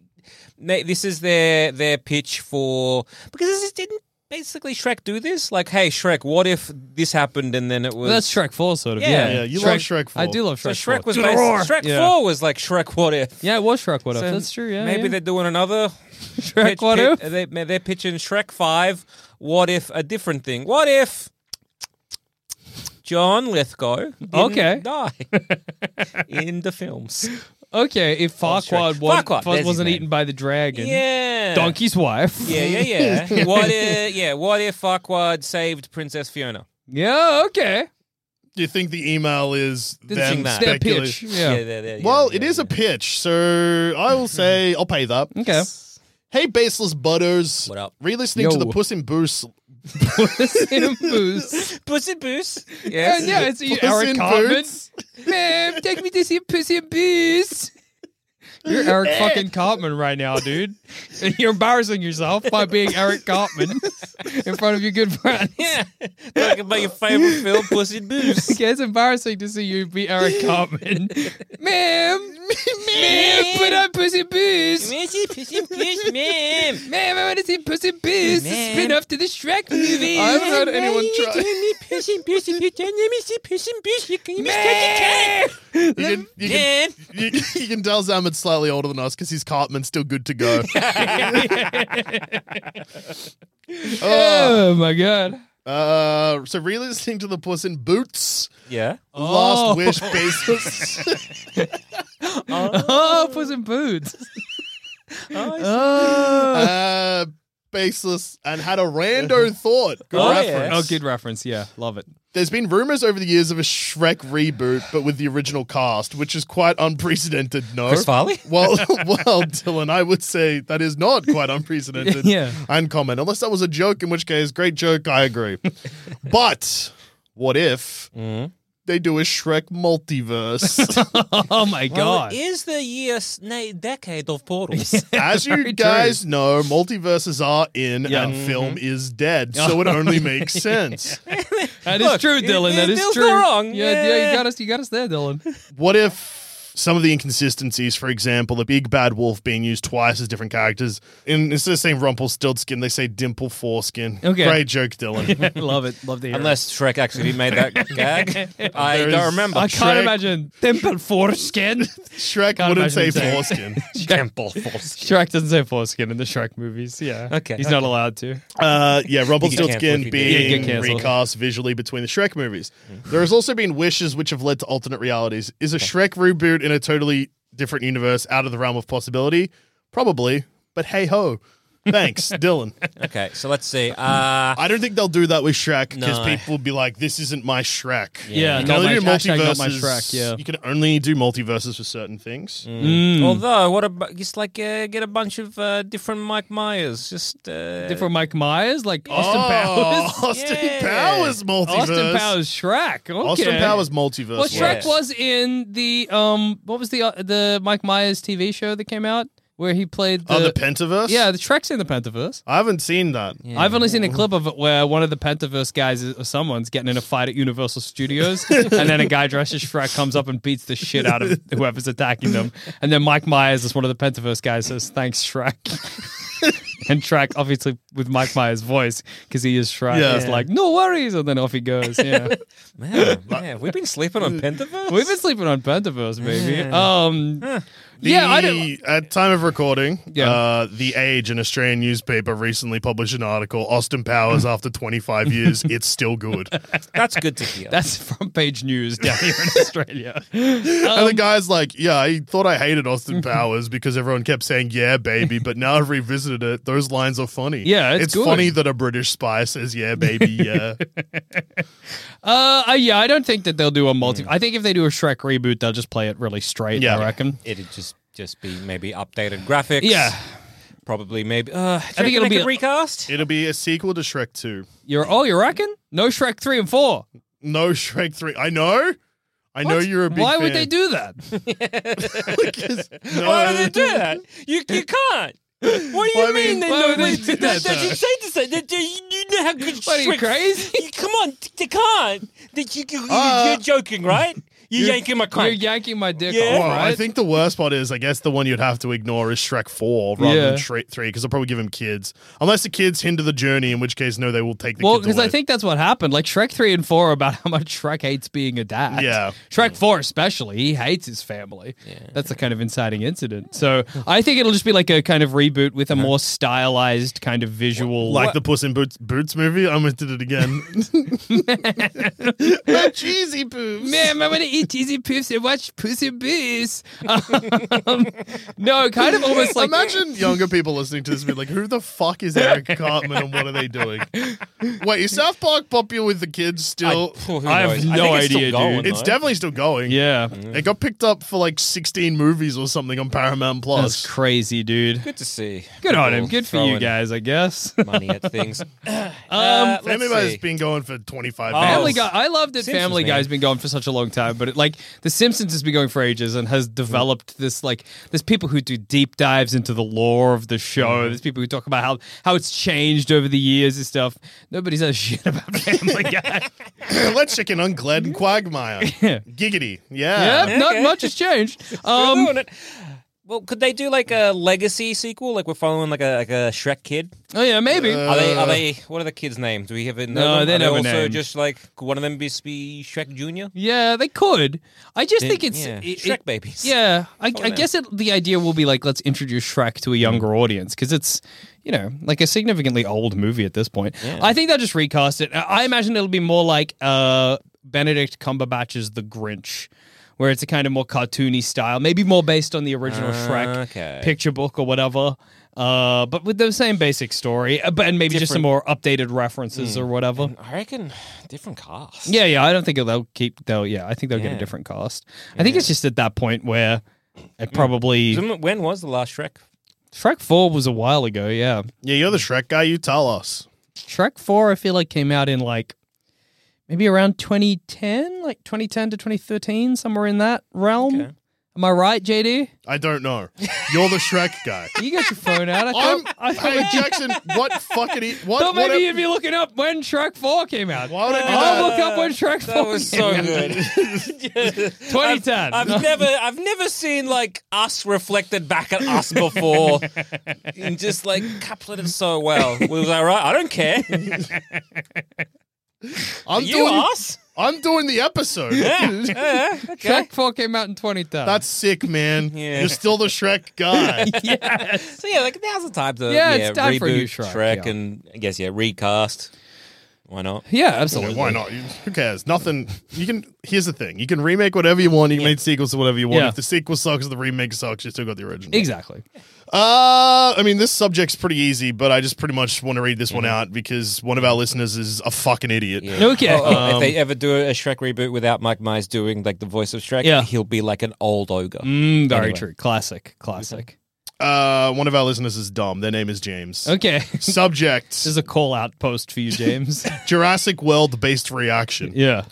ma- this is their their pitch for because this is, didn't basically Shrek do this? Like, hey, Shrek, what if this happened and then it was Well, that's Shrek 4 sort of. Yeah. Yeah, Yeah, you love Shrek 4. I do love So Shrek Shrek 4. was basi- Shrek Yeah. Four was like Shrek. What if? Yeah, it was Shrek what if. So That's true, yeah. Maybe yeah. they're doing another <laughs> Shrek pitch- what pit- if? They, ma- they're pitching Shrek Five. What if a different thing? What if John Lithgow didn't Okay. die <laughs> in the films? Okay, if Farquaad, Shrek. wa- Farquaad, fa- there's his wasn't name. eaten by the dragon, Yeah, Donkey's wife. Yeah, <laughs> yeah, yeah. what if? Yeah, what if Farquaad saved Princess Fiona? Yeah, okay. do you think the email is sing them that. Their speculating? pitch. Yeah. there, there, yeah, Well, yeah, it is a pitch, so I will say I'll pay that. Okay. Hey, baseless butters. What up? Re-listening to Yo. the Puss in Boots. Sam Moose. Pussy Boots. Yeah, Yes. yeah, it's Puss Eric in Cartman. Boots. Ma'am, take me to see Pussy in Boots. You're Eh. Eric fucking Cartman right now, dude. And you're embarrassing yourself by being Eric Cartman in front of your good friends. <laughs> <laughs> Yeah, talking about your favorite film, Pussy and <laughs> Booze. Okay, it's embarrassing to see you be Eric Cartman. Ma'am, ma'am, put on Pussy Booze. Missy, Pussy and Booze, ma'am. Ma'am, I want to see Pussy Booze, the Ma'am. spin off to the Shrek movie. I haven't heard anyone try. me Puss in Boots, if you don't let me see Puss in Boots, you can Ma'am. You can, <laughs> you, can, you, you can tell Zamet's slightly older than us because his Cartman's still good to go. <laughs> Oh. Oh my god. Uh, so re-listening to the Puss in Boots, Yeah. Oh. Last Wish <laughs> basis. Oh, Puss in Boots. Oh, Oh. uh, baseless and had a rando thought. Good Oh, yes. reference. oh, good reference. Yeah, love it. There's been rumors over the years of a Shrek reboot, but with the original cast, which is quite unprecedented. No, Chris Farley? <laughs> well, <laughs> well, Dylan, I would say that is not quite <laughs> unprecedented. Yeah. uncommon, unless that was a joke. In which case, great joke. I agree. but what if Mm. they do a Shrek <laughs> multiverse? Oh my god. it is the year, s- nay, decade of portals. <laughs> As you Very guys know, multiverses are in Yeah. Mm-hmm. and film is <laughs> dead, so it only makes sense. That is Look, true, it- Dylan. it- That is Dylan's true. not wrong. Yeah, yeah, Yeah. you got us. You got us there, Dylan. What if some of the inconsistencies, for example, the big bad wolf being used twice as different characters, in, instead of saying Rumpelstiltskin, they say Dimple Foreskin. Okay. Great <laughs> joke, Dylan. love it. Love to hear. <laughs> Unless Shrek actually made <laughs> that gag. I There don't is- it. remember. I can't Shrek- imagine dimple foreskin. Shrek Can't wouldn't say imagine him saying- foreskin. Temple <laughs> Force. Shrek doesn't say foreskin in the Shrek movies. Yeah, Okay, he's not allowed to. Uh, yeah, cancelled if Rumpelstiltskin you did. Yeah, you get Mm-hmm. being cancelled. recast visually between the Shrek movies. There has also been wishes which have led to alternate realities. Is a Shrek reboot in a totally different universe out of the realm of possibility? Probably, but hey ho. <laughs> Thanks, Dylan. Okay, so let's see. Uh, I don't think they'll do that with Shrek because No. people will be like, "This isn't my Shrek." Yeah, you can not only my- do hashtag multiverses. not my Shrek, yeah. Mm. you can only do multiverses for certain things. Although, what about just like uh, get a bunch of uh, different Mike Myers? Just uh, Different Mike Myers, like Austin Oh, Powers. <laughs> Austin Yeah. Powers multiverse. Austin Powers Shrek. Okay. Austin Powers multiverse. Well, Shrek Yeah. was in the um. What was the uh, the Mike Myers TV show that came out where he played the, Oh, the Pentaverse. yeah the Shrek's in the Pentaverse. I haven't seen that. I've only seen a clip of it where one of the Pentaverse guys is- or someone's getting in a fight at Universal <laughs> Studios, and then a guy dressed as Shrek comes up and beats the shit out of whoever's attacking them. And then Mike Myers is one of the Pentaverse guys says, "Thanks, Shrek." <laughs> and Shrek, obviously with Mike Myers' voice, because he is Shrek, Yeah. is like, "No worries," and then off he goes. Yeah, <laughs> <laughs> man, man, we've been sleeping on Pentaverse. we've been sleeping on Pentaverse, baby. Um, yeah, I don't. The- At time of recording, Yeah. uh, the Age, an Australian newspaper, recently published an article: Austin Powers <laughs> after 25 years, it's still good. That's good to hear. That's <laughs> front page news down here in Australia. <laughs> Um, and the guy's like, "Yeah, I thought I hated Austin Powers because everyone kept saying yeah, baby, but now I've revisited it. Those lines are funny. Yeah, it's good. funny that a British spy says yeah, baby, <laughs> yeah. Uh, uh, yeah, I don't think that they'll do a multi. I think if they do a Shrek reboot, they'll just play it really straight. Hmm. Yeah. I reckon. It'd just just be maybe updated graphics. Yeah, probably maybe. Uh, I think it'll be a- recast. It'll be a sequel to Shrek Two. you're. Oh, you reckon? No Shrek three and four. No Shrek Three. I know." I know What? you're a big Why would fan. they do <laughs> that? <laughs> No. Why would they do that? You you can't. What do Well, I you mean? mean- they Why know would they do that, That's though? insane to say. That, that- you know how good <laughs> What, are you Shrek- crazy? You- <laughs> Come on, they can't. That you, you, Uh, you're joking, right? You're, yanking my You're crank. yanking my dick Yeah. off, Well, right? I think the worst part is, I guess the one you'd have to ignore is Shrek 4 rather Yeah. than Shrek 3, because they'll probably give him kids. Unless the kids hinder the journey, in which case, no, they will take the well, kids because I away. think that's what happened. Like Shrek three and four are about how much Shrek hates being a dad. Yeah. Shrek four especially, he hates his family. That's the kind of inciting incident. So I think it'll just be like a kind of reboot with a more stylized kind of visual. Uh-huh. Like the Puss in Boots, Boots movie, I almost did <laughs> it again. <laughs> My cheesy boobs. Ma'am, I want to eat cheesy poofs and watch Puss in Boots. Um, <laughs> no, kind of almost like <laughs> Imagine younger people listening to this and be like, who the fuck is Eric Cartman and what are <laughs> they doing? Wait, is South Park popular with the <laughs> kids still? Who I have knows? no think it's still idea, dude. going, it's though. definitely still going. Yeah, It got picked up for like 16 movies or something on Paramount that's Plus. crazy, dude. good to see. Good on him. people Good for you <laughs> throwing guys, I guess. Money at things. <laughs> um, Um, let's Family Guy's see. been going for 25 Oh. years. Family Guy. I love that Simpsons, Family man. Guy's been going for such a long time, but it. Like The Simpsons has been going for ages and has developed this. Like there's people who do deep dives into the lore of the Mm-hmm. show. There's people who talk about how how it's changed over the years and stuff. Nobody says <laughs> shit about Family <laughs> Guy. <laughs> Let's check in on Gled and Quagmire. Giggity. Yeah. yeah, not much has changed. Um, doing it. Well, could they do like a legacy sequel? Like we're following like a like a Shrek kid. oh yeah, maybe. Are they? Are they? What are the kids' names? Do we have a No, them? they're Are they never also named. just like could one of them just be Shrek Junior? yeah, they could. I just think it's yeah. it- Shrek it- babies. Yeah, I, I Oh, man. Hmm. guess it, the idea will be like let's introduce Shrek to a younger audience because it's you know like a significantly old movie at this point. I think they'll just recast it. I- I imagine it'll be more like uh, Benedict Cumberbatch's The Grinch, where it's a kind of more cartoony style, maybe more based on the original Shrek okay. picture book or whatever. Uh, but with the same basic story, uh, but and maybe just some more updated references Hmm. or whatever. I reckon different cast. Yeah, yeah. I don't think they'll keep. They'll yeah. I think they'll get a Yeah. different cast. I think it's just at that point where Mm. it probably When when was the last Shrek? Shrek Four was a while ago. Yeah, Yeah, you're the Shrek guy. You tell us. Shrek Four I feel like came out in like maybe around 2010, like 2010 to 2013, somewhere in that realm. Okay. Am I right, JD? I don't know. You're the Shrek <laughs> guy. You got your phone out. I I'm. thought, I thought, hey, Jackson, what fucking. E- what, thought what maybe e- you'd be looking up when Shrek Four came out. Why would I do Oh, I'll that? look up when Shrek That Four was came <laughs> <laughs> so out. good. 2010. I've, I've never, I've never seen like us reflected back at us before, and just like couplet it so well. Was I right? I <laughs> don't care. I'm You doing, <laughs> us? I'm doing the episode. Yeah. yeah, okay. Shrek Four came out in 2010. That's sick, man. <laughs> Yeah. You're still the Shrek guy. <laughs> So yeah, like now's the time to Yeah, it's time reboot for a new Shrek, Shrek, yeah. and I guess yeah recast. Why not? yeah, Yeah, absolutely. Why not? You- Who cares? Nothing. You can. Here's the thing. You can remake whatever you want. You can make sequels to whatever you want. Yeah. If the sequel sucks, the remake sucks. You still got the original. Exactly. Uh, I mean, this subject's pretty easy, but I just pretty much want to read this one Mm-hmm. out because one of our listeners is a fucking idiot. Yeah. Okay. Oh, oh, if they Um, ever do a Shrek reboot without Mike Myers doing like the voice of Shrek, Yeah. he'll be like an old ogre. Mm, very Anyway. true. Classic. Classic. Uh, one of our listeners is dumb. Their name is James. Okay. <laughs> this Subject: is a call out post for you, <laughs> James. Jurassic World-based reaction. yeah.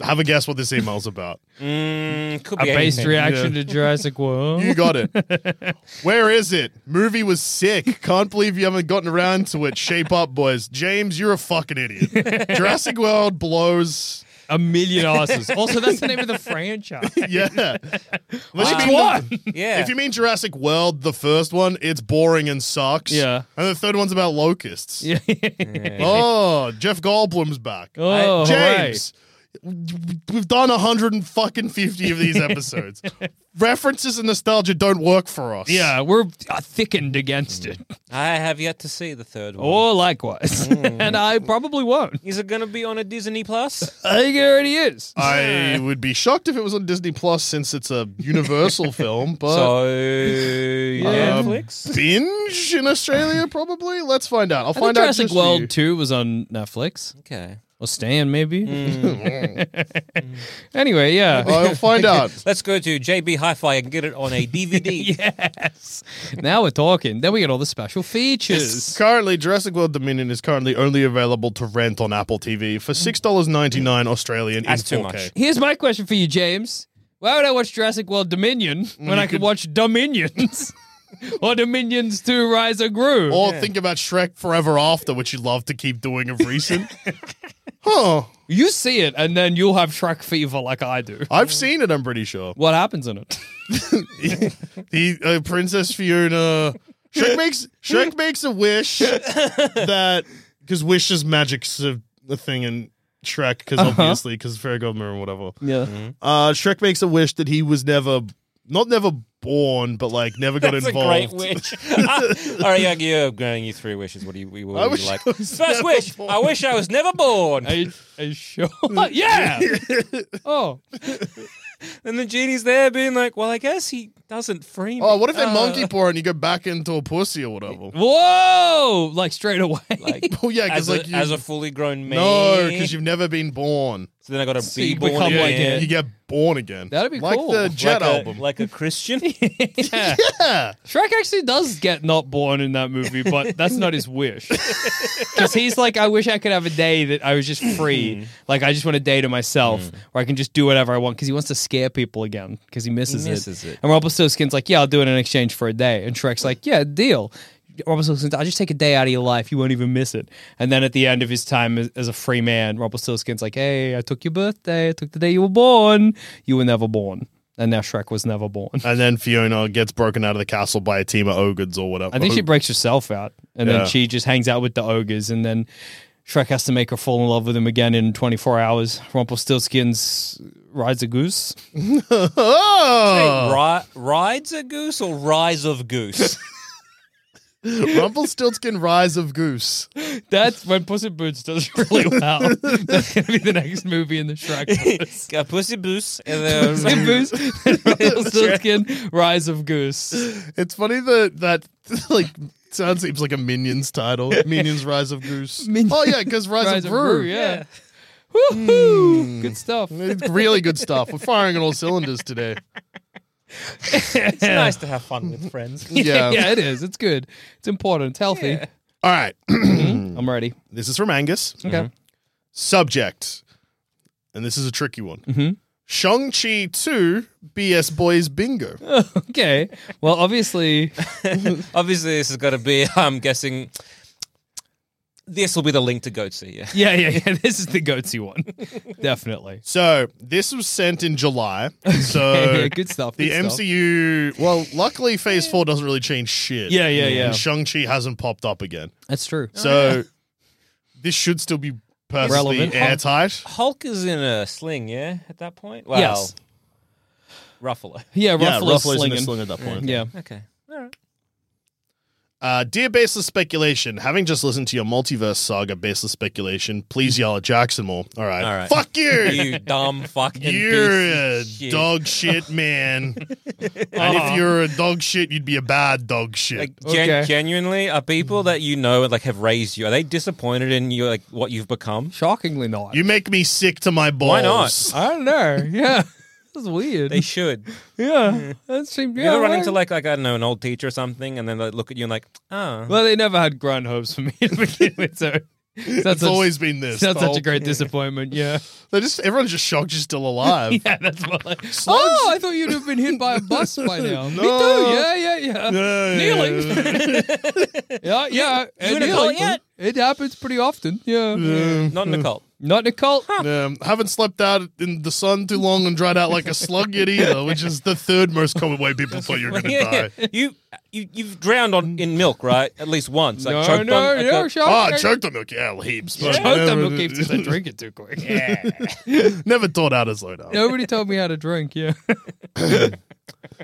Have a guess what this email's about. Mm, could A be based anything. reaction to Jurassic <laughs> World. You got it. <laughs> Where is it? Movie was sick. Can't believe you haven't gotten around to it. Shape up, boys. James, you're a fucking idiot. <laughs> Jurassic World blows. a million asses. Also, that's the name of <laughs> the franchise. <laughs> Yeah. Unless you Which mean the- one? Yeah. If you mean Jurassic World, the first one, it's boring and sucks. Yeah. And the third one's about locusts. <laughs> Yeah. Oh, Jeff Goldblum's back. Oh, James, w- we've done 150 <laughs> of these episodes. References and nostalgia don't work for us. hooray. Yeah, we're uh, thickened against it. I have yet to see the third one. Or likewise. <laughs> and I probably won't. Is it going to be on a Disney Plus? I think it already is. I would be shocked if it was on Disney Plus since it's a <laughs> Universal film, but <laughs> so um, Netflix. binge in Australia probably. Let's find out. I'll I think find out. Jurassic just for you. World 2 was on Netflix. Okay, Or Stan, maybe. Mm. <laughs> anyway, yeah. <laughs> I'll find out. let's go to JB Hi-Fi and get it on <laughs> a DVD. Yes. Now we're talking. Then we get all the special features. Currently, Jurassic World Dominion is currently only available to rent on Apple TV for six dollars ninety nine Australian Mm. That's in too 4K. much. Here's my question for you, James. Why would I watch Jurassic World Dominion when I could watch Dominions or Dominions 2 Rise of Gru? Or think about Shrek Forever After, which you love to keep doing <laughs> of recent. huh? you see it and then you'll have Shrek fever like I do. I've seen it. I'm pretty sure. <laughs> What happens in it? The uh, Princess Fiona. Shrek makes Shrek makes a wish that because wish is magic's a, a thing in Shrek because Uh-huh. obviously because Fairygodmere and whatever. Yeah. Uh, Shrek makes a wish that he was never not never born, but like never got <laughs> That's involved. a great wish. Ah, <laughs> all right, yeah, you're going you three wishes. What do you, what would I you wish like? I was First never wish. born. I wish I was never born. Are you, are you sure? yeah. oh. And the genie's there being like, well, I guess he doesn't free me. <laughs> Oh, what if they Uh, monkey porn and you go back into a pussy or whatever? Whoa! Like straight away. Like, Well, yeah, as, because a, <laughs> like you, as a fully grown man. no, because you've never been born. So then I got to So be you born become again. like a- Like You get born again. That'd be like cool. the Jet a- <laughs> album. like a Christian. yeah. yeah, Shrek actually does get not born in that movie, but that's not his <laughs> wish. Because he's like, I wish I could have a day that I was just Mm. free. like, I just want a day to myself where I can just do whatever I want. Because he wants to scare people again because he misses, misses it. And Rumpelstiltskin's like, Yeah, I'll do it in exchange for a day. And Shrek's like, Yeah, deal. Rumpelstiltskin's, I'll just take a day out of your life. You won't even miss it. And then at the end of his time as, as a free man, Rumpelstiltskin's like, Hey, I took your birthday. I took the day you were born. You were never born. And now Shrek was never born. and then Fiona gets broken out of the castle by a team of ogres or whatever. I think she breaks herself out, and Yeah. then she just hangs out with the ogres, and then Shrek has to make her fall in love with him again in 24 hours. Rumpelstiltskin's rides a goose. <laughs> <laughs> oh, Ri- rides a goose or rise of <laughs> goose? <laughs> Rumpelstiltskin Rise of Goose. <laughs> That's when Puss in Boots does <laughs> really well. That's gonna be the next movie in the Shrek. universe. Got Pussy Boos and <laughs> <laughs> Puss in then <laughs> Boots, then <laughs> Rumpelstiltskin, Rise of Goose. It's funny that that <laughs> like sound seems like a <laughs> Minions title. Minions Rise of Goose. Minions- oh yeah, because Rise, Rise of of Brew. Gru, yeah. Woohoo! Good stuff. <laughs> <laughs> It's really good stuff. We're firing on all cylinders today. it's nice to have fun with friends. Yeah. yeah, it is. It's good. It's important. It's healthy. All right. <clears throat> I'm ready. This is from Angus. Okay. Subject. And this is a tricky one. Mm-hmm. Shang-Chi 2 BS Boys Bingo. <laughs> <laughs> Okay. Well, obviously. <laughs> Obviously, this has got to be. <laughs> I'm guessing this will be the link to go to. Yeah. Yeah, yeah, <laughs> yeah. This is the goatsy one. Definitely. So this was sent in July. So <laughs> good stuff. the good stuff. MCU, well, luckily Phase 4 doesn't really change shit. Yeah, yeah, yeah. And Shang-Chi hasn't popped up again. That's true. So <laughs> this should still be perfectly Relevant. airtight. Hulk is in a sling, yeah, at that point? Well, Yes. Ruffalo. Yeah, yeah, Ruffalo's Ruffalo's in slinging. a sling at that point. Yeah. Okay. All right. Uh, dear Baseless Speculation, having just listened to your multiverse saga, Baseless Speculation, please Mm-hmm. yell at Jackson more. All right. All right. Fuck <laughs> you! <laughs> You dumb fucking You're a piece of shit. dog shit <laughs> man. and if you're a dog shit, you'd be a bad dog shit. Like, gen- Okay. genuinely, are people that you know like have raised you? Are they disappointed in you, like what you've become? Shockingly not. you make me sick to my balls. Why not? I don't know. Yeah. That's weird. They <laughs> should. yeah. That seemed You yeah. ever run right. into like like I don't know an old teacher or something, and then they look at you and like, ah, Well, they never had grand hopes for me <laughs> to begin with, so it's not It's such, always been this. it's not such Oh, a great disappointment. Yeah. They're just everyone's just shocked you're still alive. <laughs> Yeah, that's what like Slugs- Oh, I thought you'd have been hit by a bus by now. Me No. too, yeah, yeah, yeah. Yeah, Oh, <laughs> Kneeling. yeah, yeah. you in a cult kneeling. yet? It happens pretty often. yeah. not in a cult. Not in a cult. Um, haven't slept out in the sun too long and dried out like a slug yet either, which is the third most common way people thought you <laughs> were going <laughs> to Yeah, die. yeah. You you you've drowned on in milk, right? At least once. Like no, choked no, on, no, like, shock. Ah, choked on milk, yeah, heaps. but Choked on never- milk cakes because I drink it too quick. Never thought out as low down. Nobody told me how to drink. Yeah.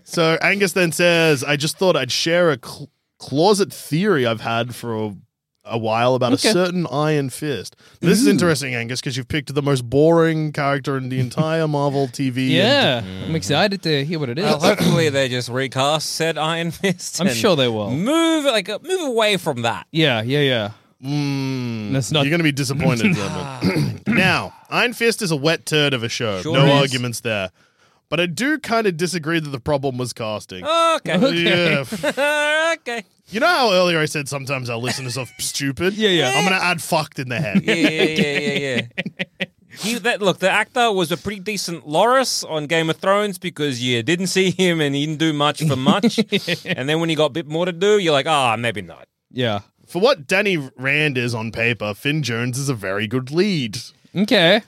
So Angus then says, I just thought I'd share a cl- closet theory I've had for a, a while about a Okay. certain Iron Fist. This is interesting, Angus, because you've picked the most boring character in the entire Marvel TV. Yeah. I'm excited to hear what it is. Well, hopefully they just recast said Iron Fist. I'm and sure they will. Move like uh, move away from that. yeah, yeah, yeah. And, mm, That's not- you're going to be disappointed. in them. <clears throat> now, Iron Fist is a wet turd of a show. Sure no is. arguments there. But I do kind of disagree that the problem was casting. Oh, <laughs> Okay. <laughs> Yeah. okay. You know how earlier I said sometimes our <laughs> listeners are stupid? Yeah, yeah. I'm going to add fucked in the head. Yeah, yeah, yeah, yeah, yeah. He, that look, the actor was a pretty decent Loris on Game of Thrones because you didn't see him and he didn't do much <laughs> for much. and then when he got a bit more to do, you're like, ah, maybe not. <laughs> Yeah. For what Danny Rand is on paper, Finn Jones is a very good lead. Okay.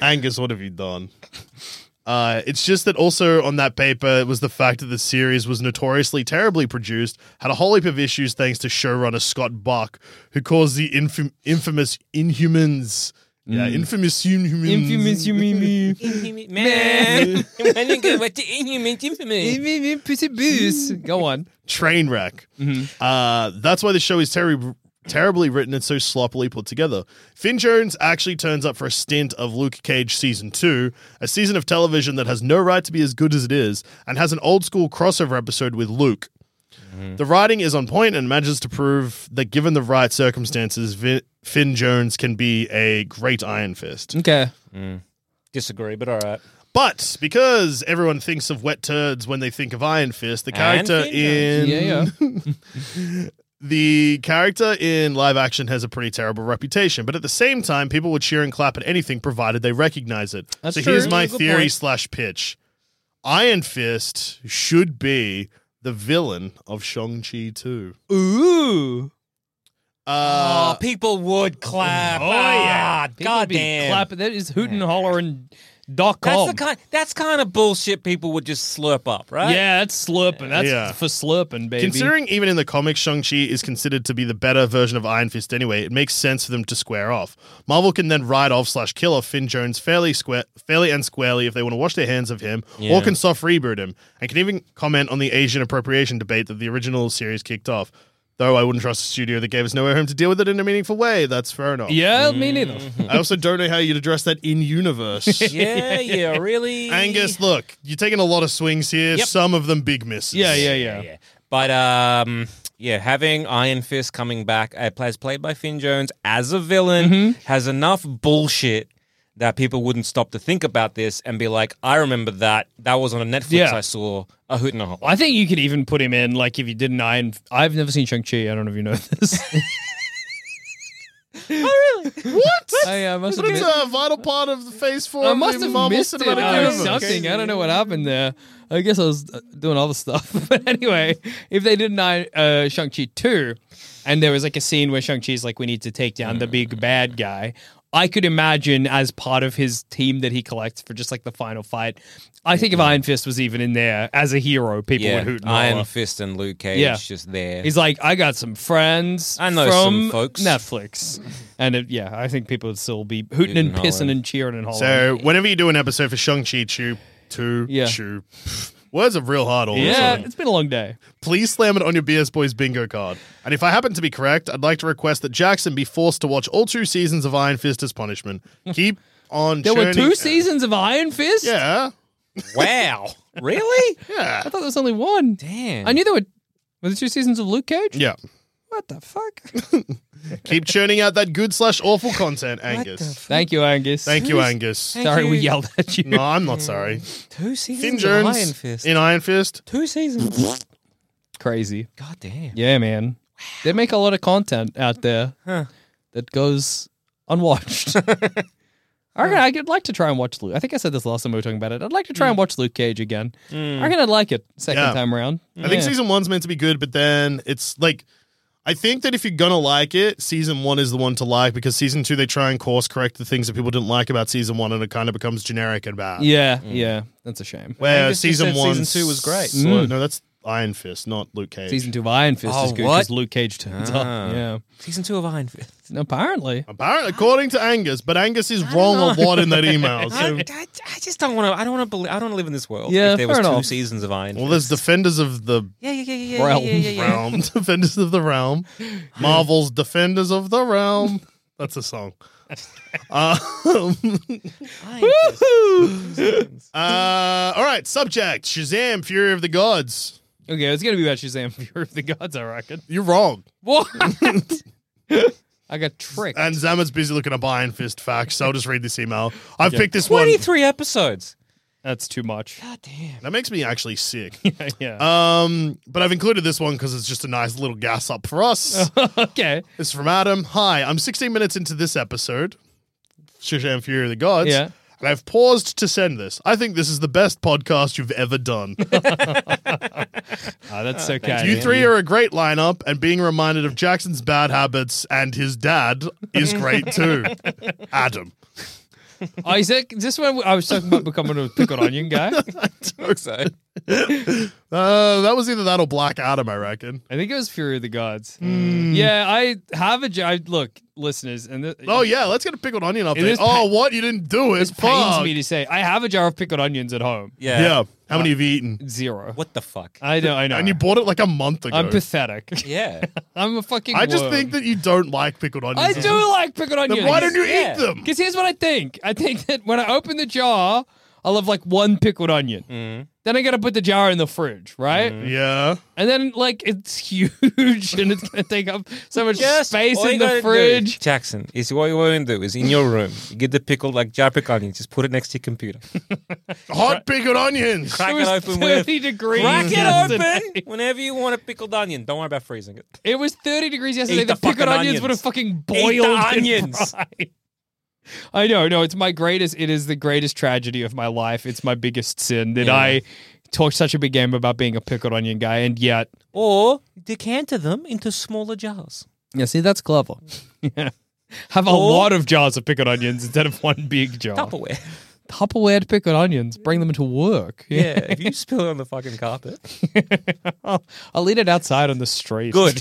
Angus, what have you done? Uh, it's just that also on that paper was the fact that the series was notoriously terribly produced, had a whole heap of issues thanks to showrunner Scott Buck, who caused the infam- infamous Inhumans. Yeah, infamous Inhumans. Infamous you mean me. Inhuman man. <laughs> When you go back to Inhuman, <laughs> Inhuman. Pussy booze. Go on. Mm-hmm. train wreck. Uh, that's why the show is terribly terribly written and so sloppily put together. Finn Jones actually turns up for a stint of Luke Cage season 2, a season of television that has no right to be as good as it is and has an old school crossover episode with Luke. Mm-hmm. The writing is on point and manages to prove that given the right circumstances, Vin- Finn Jones can be a great Iron Fist. Okay. Disagree, but all right. But because everyone thinks of wet turds when they think of Iron Fist, the And character Finn in Yeah, yeah. the character in live action has a pretty terrible reputation. But at the same time, people would cheer and clap at anything provided they recognize it. That's so true. here's my Good theory point. slash pitch: Iron Fist should be the villain of Shang Chi Two. Ooh. Uh, oh, people would clap. Oh, Ah, yeah. goddamn. Clap. That is hoot and holler and dot That's com. the kind. That's kind of bullshit. People would just slurp up, right? Yeah, that's slurping. That's Yeah. for slurping, baby. Considering even in the comics, Shang-Chi is considered to be the better version of Iron Fist anyway, it makes sense for them to square off. Marvel can then ride off slash kill off Finn Jones fairly square fairly and squarely if they want to wash their hands of him, or can soft reboot him, and can even comment on the Asian appropriation debate that the original series kicked off. Though I wouldn't trust a studio that gave us nowhere home to deal with it in a meaningful way, that's fair enough. yeah, me neither. I also don't know how you'd address that in universe. <laughs> <laughs> Yeah, yeah, really. Angus, look, you're taking a lot of swings here, Yep. some of them big misses. Yeah, yeah, yeah. Yeah. But um, yeah, having Iron Fist coming back uh, as played by Finn Jones as a villain Mm-hmm. has enough bullshit that people wouldn't stop to think about this and be like, "I remember that. That was on a Netflix Yeah. I saw a hoot and a holler." I think you could even put him in, like, if you did an Iron. I've never seen Shang-Chi. I don't know if you know <laughs> this. <laughs> What? I uh, must But admit. it's a vital part of the Phase Four. I of must the have Marvel missed it. Cinematic I was Universe. something. I don't know what happened there. I guess I was uh, doing other stuff. <laughs> But anyway, if they did nine uh, Shang Chi two, and there was like a scene where Shang Chi's like, "We need to take down the big bad guy." I could imagine as part of his team that he collects for just like the final fight. I think if Iron Fist was even in there as a hero, people Yeah, would hoot and Iron holler. Fist and Luke Cage Yeah. just there. He's like, I got some friends. I know from some folks." Netflix, and it, yeah, I think people would still be hooting Hooting and and pissing hollering. and cheering and hollering. So whenever you do an episode for Shang Chi, Chu, Two, Yeah. Chu, <laughs> words are real hard all of a yeah, sudden. it's been a long day. Please slam it on your BS Boys bingo card. And if I happen to be correct, I'd like to request that Jackson be forced to watch all two seasons of Iron Fist as punishment. Keep on. There were churning- two seasons of Iron Fist. Yeah, <laughs> wow, really? yeah, I thought there was only one. Damn. I knew there were. Were there two seasons of Luke Cage? yeah. What the fuck? <laughs> Keep churning out that good slash awful content, Angus. Thank you, Angus. Thank you, Angus. Sorry, we you. yelled at you. No, I'm not sorry. two seasons Finn of Jones Iron Fist. in Iron Fist. two seasons. <laughs> Crazy. God damn. Yeah, man. They make a lot of content out there that goes <laughs> unwatched. I reckon I'd like to try and watch Luke. I think I said this last time we were talking about it. I'd like to try Hmm. and watch Luke Cage again. I reckon I'd like it second Yeah. time around. I think Yeah. season one's meant to be good, but then it's like I think that if you're gonna like it, season one is the one to like because season two they try and course correct the things that people didn't like about season one, and it kind of becomes generic and bad. Yeah, Hmm. yeah. That's a shame. Mm. Where Angus just season said one, season two was great. slow- No, that's Iron Fist, not Luke Cage. Season two of Iron Fist Oh, is good what? because Luke Cage turns Ah. up. Yeah. Season two of Iron <laughs> Fist. Apparently. Apparently, according to Angus, but Angus is wrong a lot in that email. <laughs> I, So. I, I just don't want to. I don't want to believe. I don't want to live in this world. Yeah, if there was fair two enough. seasons of Iron. Well, Fist. there's defenders of the yeah, yeah, yeah, yeah, Realm. yeah, yeah, yeah, yeah. realm, <laughs> defenders of <laughs> the realm, Marvel's defenders of the realm. That's <laughs> a song. Um, Iron Fist. Uh, all right, subject Shazam, Fury of the Gods. Okay, it's gonna be about Shazam Fury of the Gods, I reckon. You're wrong. What? <laughs> I got tricked. And Zama's busy looking up Iron Fist facts, so I'll just read this email. I've picked this one. Twenty-three episodes. That's too much. <laughs> God <laughs> damn. That makes me actually sick. yeah. Um, but I've included this one because it's just a nice little gas up for <laughs> us. okay. It's from Adam. Hi, I'm 16 minutes into this episode, Shazam Fury of the Gods. Yeah. And I've paused to send this. I think this is the best podcast you've ever <laughs> done. Ah, that's okay. Uh, You three are a great lineup, and being reminded of Jackson's bad habits and his dad is great <laughs> too. Adam. Isaac, is this when I was talking about becoming a pickled onion guy? I hope so. Uh, that was either that or Black Adam, I reckon. I think it was Fury of the Gods. Yeah, I have a jo- I Look, listeners, and the, Oh yeah, let's get a pickled onion update. is oh, what you didn't do it? this pains Fuck. me to say, I have a jar of pickled onions at home. Yeah. yeah. Uh, How many have you eaten? Zero. What the fuck? I know. I know. And you bought it like a month ago. <laughs> I'm pathetic. yeah. I'm a fucking. I just worm. think that you don't like pickled I <laughs> onions. do like pickled onions. Then why don't you Yeah. eat them? Because here's what I think. I think that when I open the jar, I'll have like one pickled onion. Mm-hmm. Then I gotta put the jar in the fridge, right? Yeah. And then like it's <laughs> huge and it's gonna take up so much space all in you the gotta fridge. Do, Jackson, is what you want to do is in your room, you get the pickled like jar pickled onions, just put it next to your <laughs> computer. Hot pickled onions. It Crack it, was open 30 with. degrees. Crack yesterday. it open whenever you want a pickled onion. Don't worry about freezing it. It was 30 degrees yesterday. Eat the the pickled fucking onions. onions. would have fucking the boiled and onions. fried. I know, no, it's my greatest it is the greatest tragedy of my life. It's my biggest sin that Yeah. I talk such a big game about being a pickled onion guy and yet Or decanter them into smaller jars. Yeah, see, that's clever. <laughs> yeah. Have a Or- lot of jars of pickled onions instead of one big jar. Tupperware. Tupperware pickled onions. Bring them to work. <laughs> Yeah, if you spill it on the fucking carpet. I'll, I'll eat it outside on the street. <laughs> <laughs> Good.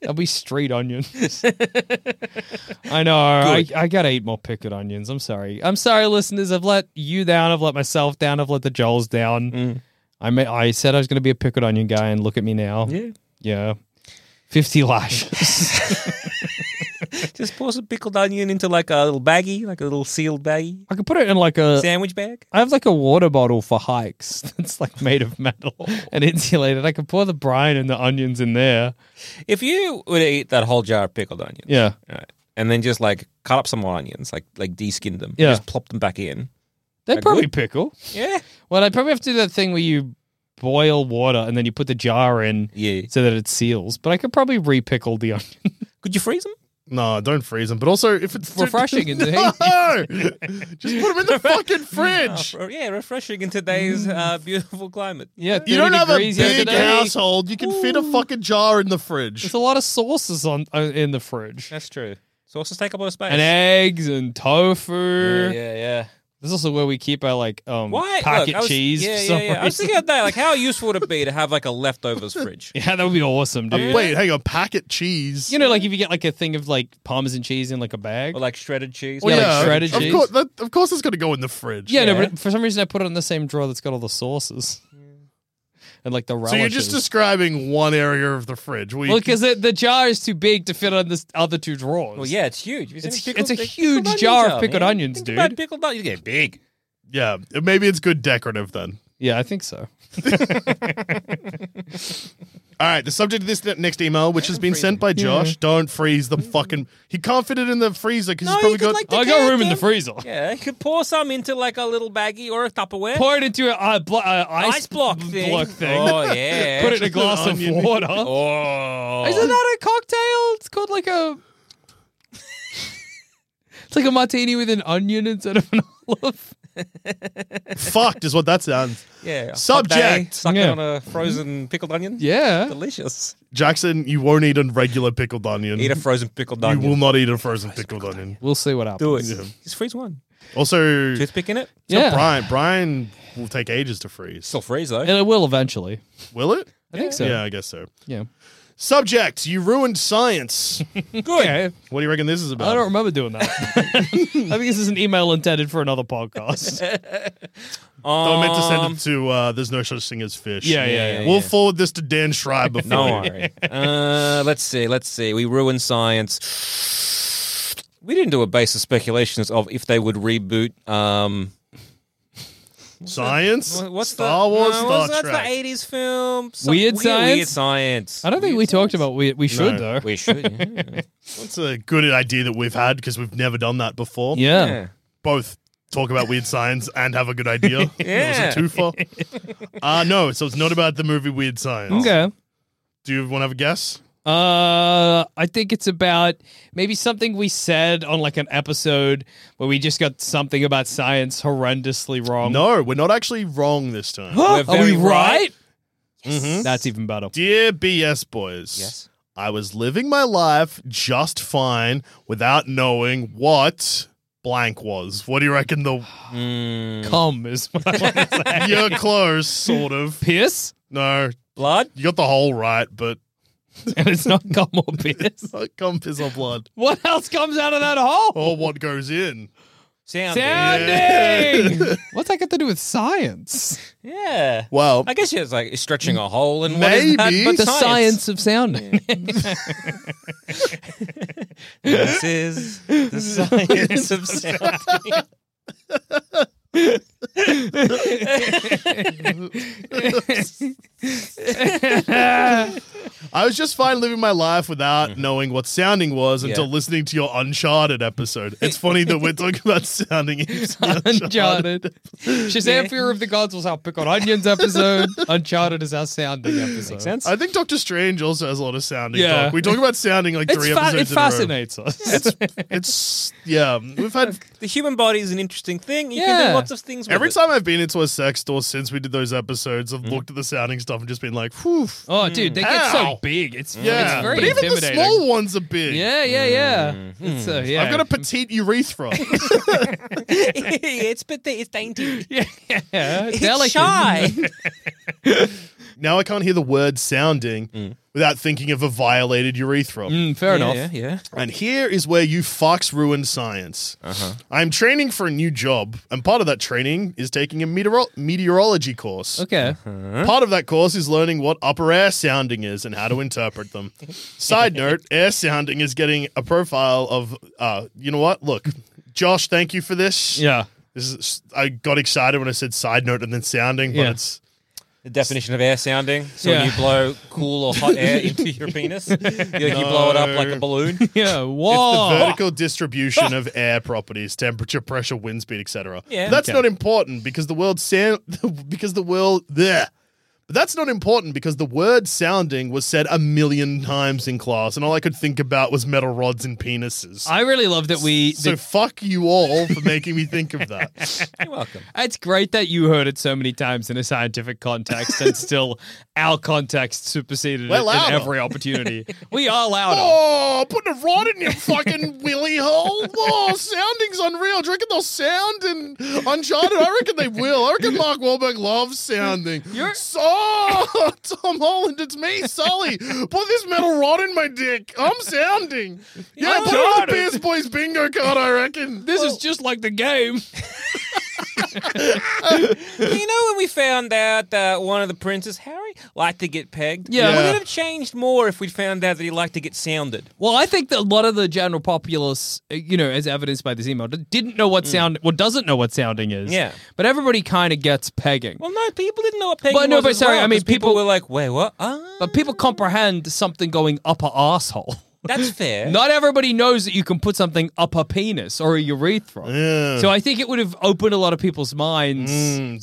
That'll be street onions. <laughs> I know. I, I got to eat more pickled onions. I'm sorry. I'm sorry, listeners. I've let you down. I've let myself down. I've let the Joels down. Mm. I, may, I said I was going to be a pickled onion guy, and look at me now. Yeah. Yeah. 50 lashes. <laughs> <laughs> Just pour some pickled onion into like a little baggie, like a little sealed baggie. I could put it in like a Sandwich bag. I have like a water bottle for hikes <laughs> that's like made of metal <laughs> and insulated. I can pour the brine and the onions in there. If you were to eat that whole jar of pickled onion, Yeah. right, and then just like cut up some more onions, like like de-skin them, Yeah. just plop them back in. They'd Like probably wood? pickle. Yeah, Well, I'd probably have to do that thing where you boil water and then you put the jar in yeah. so that it seals. But I could probably repickle the onion. Could you freeze them? No, don't freeze them. But also, if it's Refreshing in the heat. <laughs> no, just put <laughs> them in the <laughs> fucking fridge. Oh, yeah, refreshing in today's uh, beautiful climate. Yeah. 30 You don't have a degrees big yesterday. household. You can fit a fucking jar in the fridge. There's a lot of sauces on uh, in the fridge. That's true. Sauces take up a lot of space. And eggs and tofu. yeah, yeah, yeah. This is also where we keep our like um Why packet Look, I was- cheese. Yeah, for yeah, some yeah. I was reason. thinking of that. Like, how useful would it be to have like a <laughs> leftovers fridge? yeah, that would be awesome, dude. Wait, hang on. Packet cheese. You know, like if you get like a thing of like parmesan cheese in like a bag. Or like shredded cheese? Well, yeah, like shredded of cheese. Course, that, of course, it's going to go in the fridge. yeah, no, yeah. but for some reason I put it in the same drawer that's got all the sauces and like the So relishes. you're just describing one area of the fridge. We well, because the, the jar is too big to fit on this other two drawers. Well, yeah, it's huge. Isn't It's- it pickled- it's a pickled huge onion jar of pickled onions, Think dude. About pickled onions, yeah, big. yeah, maybe it's good decorative then. yeah, I think so. All right, the subject of this ne- next email, which has been sent by Josh, don't freeze the fucking. He can't fit it in the freezer because No, you he's probably could, got. like, I got Decant room in the them. freezer. Yeah, you could pour some into like a little baggie or a Tupperware. Pour it into an uh, blo- uh, ice, ice block bl- thing. block thing. Oh <laughs> yeah. Put it in a glass of Onion. water. Oh. Isn't that a cocktail? It's called like a. <laughs> it's like a martini with an onion instead of an olive. <laughs> fucked is what that sounds. Yeah. a Subject. hot day, Suck Yeah. it on a frozen pickled onion. Yeah. Delicious. Jackson, you won't eat a regular pickled onion. Eat a frozen pickled you onion. will not eat a frozen pickled onion. We'll see what happens. do it. Just freeze one. Also, Toothpick in it. Yeah. Brian, Brian will take ages to freeze. Still freeze though. And it will eventually. Will it? I think so. Yeah, I guess so. Yeah. Subject: You ruined <laughs> science. Good. what do you reckon this is about? I don't remember <laughs> doing that. I think this is an email intended for another podcast. I meant to Um, send it to. Uh, There's no such thing as fish. Yeah, yeah, yeah, We'll yeah. forward this to Dan Schreiber. For No you. worry. <laughs> uh, let's see. Let's see. We ruined science. We didn't do a basis speculations of if they would reboot. Um, Science. wha- what's Star the, Wars? no, Star what's, what's Trek. the eighties film? Weird Weird Science? <laughs> science. I don't think we talked about we we should No. though. We should. Yeah. That's a good idea that we've had because we've never done that before. Yeah. yeah. Both talk about weird science and have a <laughs> good idea. Yeah. It was a twofer. uh, no, so it's not about the movie Weird Science. Okay. Do you want to have a guess? Uh, I think it's about maybe something we said on like an episode where we just got something about science horrendously Um, wrong. <gasps> No, we're not actually wrong this time. We're Are we very right? Mm-hmm. Mhm. That's even better. Dear BS boys. <sighs> Yes. I was living my life just fine without knowing what blank was. What do you <laughs> reckon the Hmm. Come is what I want to say. <laughs> you're close, sort of. Piss? No, Blood? you got the whole right, but And it's not cum or piss. <laughs> not cum, piss, or blood. What else comes out of that hole? Or what goes in. Sound. Sounding! <laughs> What's that got to do with science? Yeah. Well, I guess it's like it's stretching a hole and what is that Maybe. but The science of <laughs> sounding. This is <laughs> the science of sound. I was just fine living my life Mm-hmm. without knowing what sounding was until Yeah. listening to your Uncharted episode. It's funny that we're talking about <laughs> sounding. It's the Uncharted. Shazam Fear of the Gods was our Pick on Onions <laughs> episode. Uncharted is our sounding episode. sense? I think Doctor Strange also has a lot of sounding Yeah. talk. We talk about sounding like It's three fa- it episodes. in a row. fascinates us. It's yeah. <laughs> We've had The human body is an interesting thing. You can Yeah. do lots of things with every it. <laughs> time I've been into a sex store since we did those episodes, I've looked at the sounding stuff and just been like, whew. <laughs> Mm. oh, dude, they get so Ow. big. It's Yeah, it's very but even the intimidating. small ones are big. yeah, yeah, yeah. Mm-hmm. It's, uh, yeah. I've got a petite <laughs> urethra. it's but it's dainty. yeah, It's delicate. shy. now I can't hear the word sounding without thinking of a violated urethra. Mm, <laughs> fair enough. Yeah, yeah. And here is where you fucks ruin science. Uh-huh. I'm training for a new job, and part of that training is taking a meteoro- meteorology course. Okay. Part of that course is learning what upper air sounding is and how to interpret them. <laughs> Side note, air sounding is getting a profile of, uh, you know what? Look, Josh, thank you for this. Yeah. This is, I got excited when I said side note and then sounding, but Yeah. it's The definition of air sounding. So Yeah. when you blow cool or hot <laughs> air into your penis, you, you blow it up like a balloon. Yeah. the Whoa. vertical distribution <laughs> of air properties, temperature, pressure, wind speed, etc. Yeah. But that's Okay. not important because the world sound <laughs> because the world there. But that's not important because the word sounding was said a million times in class, and all I could think about was metal rods and penises. I really love that we. so that- fuck you all for making me think of that. You're welcome. it's great that you heard it so many times in a scientific context, <laughs> and still our context superseded We're it in louder. every <laughs> opportunity. we are louder. Oh, putting a rod in your fucking willy hole. Oh, sounding's unreal. Do you reckon they'll sound in Uncharted? I reckon they will. I reckon Mark Wahlberg loves sounding. You're- So, <laughs> Tom Holland, it's me, Sully. Put this metal rod in my dick. I'm sounding. Yeah, put it on the Beers Boys bingo card, I reckon. This is just like the game. <laughs> you know when we found out that one of the princes, Harry, liked to get pegged? Yeah. Would Yeah. it have changed more if we'd found out that he liked to get sounded? Well, I think that a lot of the general populace, uh, you know, as evidenced by this email, d- didn't know what sound, well, doesn't know what sounding is. Yeah. But everybody kind of gets pegging. Well, no, people didn't know what pegging But no, was but as sorry, well, I mean, 'cause people, people- were like, wait, what? Ah, but people comprehend something going up a asshole. that's <laughs> fair. Not everybody knows that you can put something up a penis or a urethra. Yeah. So I think it would have opened a lot of people's minds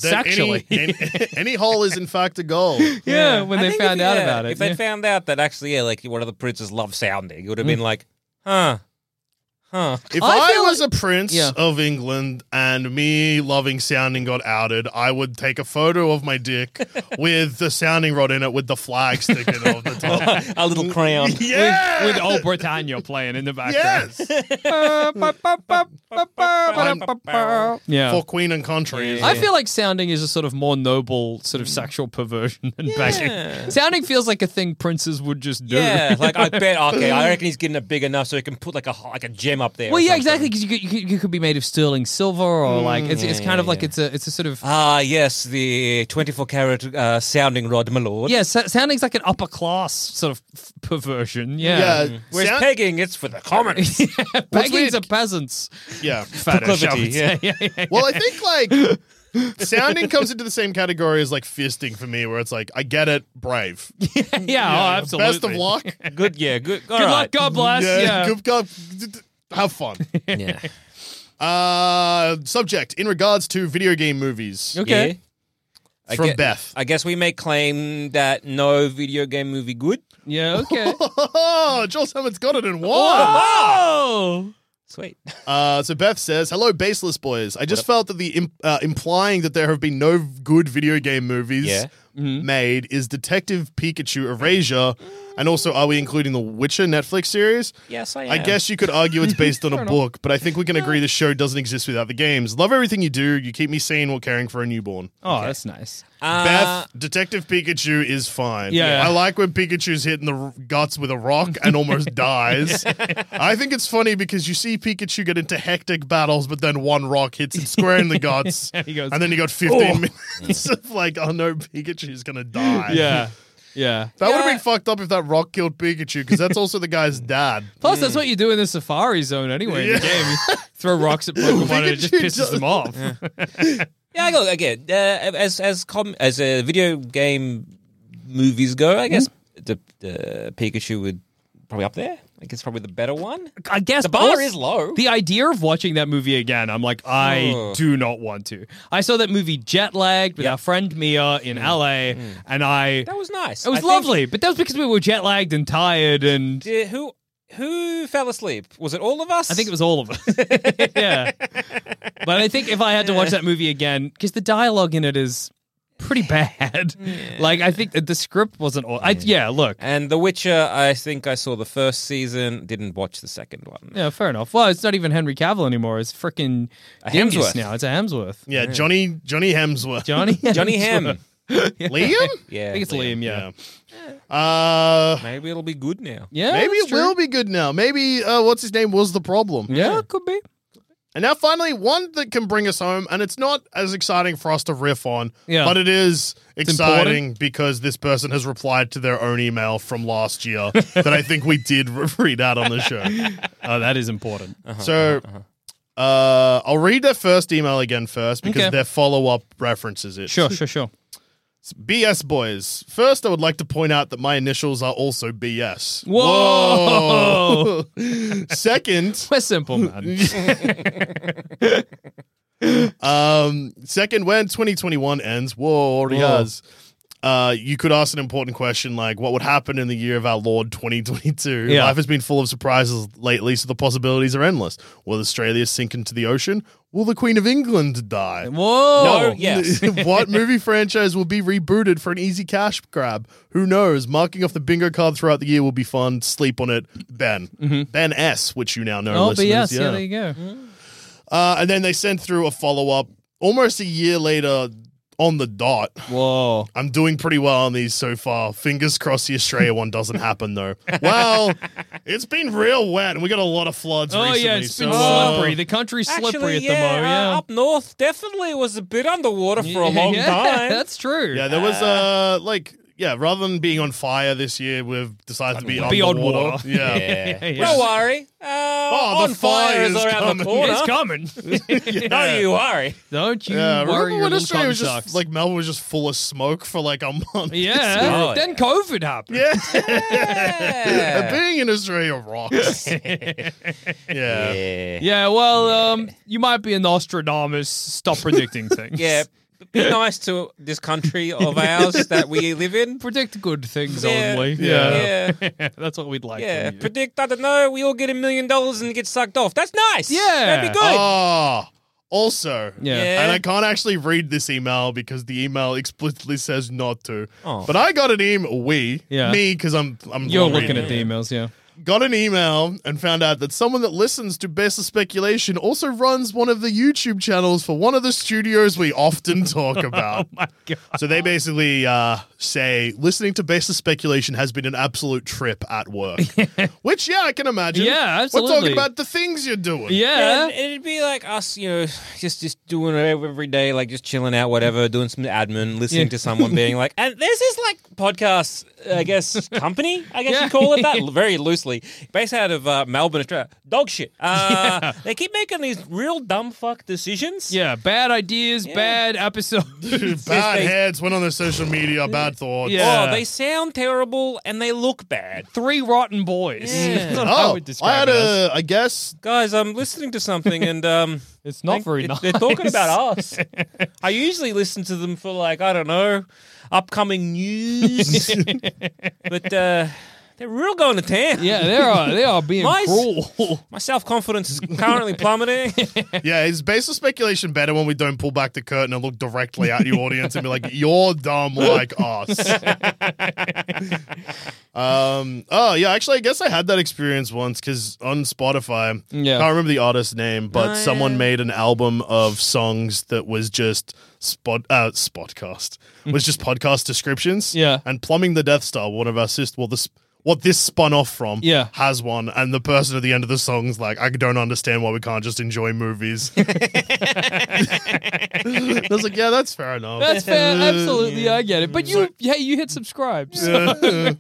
That sexually. Hmm, Any, any, any hole is, in fact, <laughs> a goal. yeah, when I they think found if, out yeah, about it. If they yeah. found out that actually, yeah, like one of the princes loved sounding, it would have Mm. been like, huh, huh. If I I, feel was a prince Yeah. of England and me loving sounding got outed, I would take a photo of <laughs> my dick with the sounding rod in it with the flag sticking off the <laughs> top. <laughs> a little crown. <laughs> Yeah. with old Britannia playing in the background. yes. Yeah. For Queen and Country. Yeah. I feel like sounding is a sort of more noble sort of sexual perversion than begging. Sounding feels like a thing princes would just do. Yeah, like I bet. Okay, I reckon he's getting it big enough so he can put like a like a gem up <laughs> there. Well, or yeah, something. exactly. Because you could, you, could, you could be made of sterling silver, or like it's, it's kind of like it's a it's a sort of Ah, yes, the twenty-four karat uh, sounding rod, my lord. yeah. So, sounding's like an upper class sort of f- perversion. Yeah, <laughs> Yeah. Whereas Sound- pegging, it's for the commons. begging's weird- a peasant's <laughs> yeah. fetish. shall we Proclivity, say. Yeah, <laughs> yeah, yeah. Well, I think <laughs> like sounding comes into the same category as like fisting for me, where it's like, I get it, brave. yeah, oh, absolutely. Best <laughs> of luck. good, yeah, good. Good luck. God bless. Yeah. Good, God, have fun. Yeah. Uh, subject in regards to video game movies <laughs> Okay. Yeah. I from gue- Beth. I guess we may claim that no video game movie good. Yeah. Okay. <laughs> Oh, Joel Salmon's got it in one. oh. Sweet. Uh, so Beth says, "Hello, baseless boys. I just felt that the imp- uh, implying that there have been no good video game movies Yeah. made is Detective Pikachu Erasure, and also are we including the Witcher Netflix series? Yes, I am. I guess you could argue it's based <laughs> on a book, but I think we can agree the show doesn't exist without the games. Love everything you do. You keep me sane while caring for a newborn. Oh, that's nice. Uh, Beth, Detective Pikachu is fine. Yeah. I like when Pikachu's hit in the r- guts with a rock <laughs> and almost dies. I think it's funny because you see Pikachu get into hectic battles, but then one rock hits him <laughs> square in the guts. He goes, "Oh." and then you got 15 minutes of like, oh no, Pikachu's going to die. Yeah. Yeah. That would have been fucked up if that rock killed Pikachu because that's also <laughs> the guy's dad. Plus, that's what you do in the Safari Zone anyway. In the Yeah. game, you throw rocks at Pokemon and it just Pikachu pisses does- them off. yeah, I go again. Uh, as as com- as uh, video game movies go, I guess Hmm? the the Pikachu would probably up there. I guess probably the better one. <laughs> I guess The bar plus, is low. The idea of watching that movie again, I'm like, I Ugh. do not want to. I saw that movie jet lagged with Yeah. our friend Mia in LA, and Mm. I That was nice. it was I think- lovely, but that was because we were jet lagged and tired, and Did- who who fell asleep? Was it all of us? I think it was all of us. <laughs> yeah, but I think if I had to watch that movie again, because the dialogue in it is pretty bad. Like I think that the script wasn't. All, I, yeah, look, And The Witcher, I think I saw the first season, didn't watch the second one. Yeah, fair enough. Well, it's not even Henry Cavill anymore. It's freaking Dingus Hemsworth. now. It's a Hemsworth. Yeah, Johnny Johnny Hemsworth. Johnny. Johnny Hemsworth. Hem. Liam? Yeah. I think it's Liam. yeah. <laughs> Yeah. Uh, Maybe it'll be good now. Yeah. maybe that's it true. will be good now. Maybe uh, what's his name was the problem. Yeah, it could be. And now finally one that can bring us home, and it's not as exciting for us to riff on, Yeah. but it is important. exciting because this person has replied to their own email from last year that I think we did re- read out on the <laughs> show. Oh, that is important. so. uh-huh, Uh, I'll read their first email again first because Okay. their follow up references it. Sure, sure, sure. BS boys. First, I would like to point out that my initials are also BS. Whoa. Whoa. <laughs> second, We're simple, man. Oh, um, second, when 2021 ends, whoa, already Whoa. has. Uh, you could ask an important question like, what would happen in the year of our Lord 2022? Yeah. Life has been full of surprises lately, so the possibilities are endless. Will Australia sink into the ocean? Will the Queen of England die? Whoa. <laughs> No, yes. <laughs> what movie franchise will be rebooted for an easy cash grab? Who knows? Marking off the bingo card throughout the year will be fun. Sleep on it, Ben. Ben S, which you now know. Mm-hmm. Oh, but listeners, yes, yeah. there you go. Uh, and then they sent through a follow up almost a year later on the dot. Whoa. I'm doing pretty well on these so far. Fingers crossed the Australia one doesn't happen though. Well, it's been real wet and we got a lot of floods Oh, recently. yeah, it's been so, uh, slippery. The country's slippery Actually, at the yeah, moment. uh, Yeah. up north definitely was a bit underwater for a long <laughs> Yeah, time. That's true. Yeah, there was uh like yeah, rather than being on fire this year, we've decided to be on Be on water. water. Yeah. yeah. Yeah. Don't worry. Uh, the on fire, fire is is around coming. the corner. It's <laughs> coming. Don't you worry. Don't you worry. Yeah, remember your when little Australia cotton was just socks. like Melbourne was just full of smoke for like a month. <laughs> yeah. Oh, then yeah. COVID happened. Yeah. Yeah. Being in Australia rocks. yeah. yeah. Yeah, well, um, you might be an Nostradamus. <laughs> Stop predicting things. Yeah. Be nice to this country of ours that we live in. Predict good things Yeah. only. Yeah. <laughs> Yeah. That's what we'd like. <laughs> Yeah, from you. predict. I don't know. We all get a million dollars and get sucked off. That's nice. Yeah. that'd be good. Ah. also. Yeah. Yeah. And I can't actually read this email because the email explicitly says not to. Oh. But I got an email. We, Yeah. me, because I'm I'm You're I'm looking reading at the emails, yeah. got an email and found out that someone that listens to Baseless Speculation also runs one of the YouTube channels for one of the studios we <laughs> often talk about. Oh My God. so they basically uh, say listening to Baseless Speculation has been an absolute trip <laughs> at work. Which, yeah, I can imagine. Yeah, We're absolutely. talking about the things you're doing. Yeah. And it'd be like us, you know, just just doing it every day, like just chilling out, whatever, doing some admin, listening Yeah. to <laughs> someone being like, and there's this like podcast, I guess, company, I guess Yeah. you call <laughs> it that, very loosely, based out of uh, Melbourne, Australia. Dog shit. Uh, They keep making these real dumb fuck decisions. Yeah. Bad ideas, bad episodes. <laughs> Bad They- heads went on their social media, bad thoughts. Yeah. Oh, they sound terrible and they look bad. Three rotten boys. <laughs> Yeah. That's not how I Oh, would I describe had it as. a, I guess, <laughs> Guys, I'm listening to something and um It's not They- very they- nice. They're talking <laughs> about us. I usually listen to them for like I don't know, upcoming news, but uh, They're real going to town. Yeah, they are. They are being Mice? oh, cruel. My self confidence is currently plummeting. <laughs> Yeah, is baseless speculation better when we don't pull back the curtain and look directly at your audience and be like, "You're dumb like us." um. Oh yeah. Actually, I guess I had that experience once because on Spotify, Yeah. I can't remember the artist's name, but Oh, someone yeah. made an album of songs that was just spot uh spotcast <laughs> was just podcast descriptions. Yeah. And plumbing the Death Star, one of our sisters. Well, this. What this spun off from Yeah. has one, and the person at the end of the song's like, I don't understand why we can't just <laughs> enjoy movies. I was like, yeah, that's fair enough. That's fair. Absolutely, I get it. But you, hey, you hit subscribe. So yeah.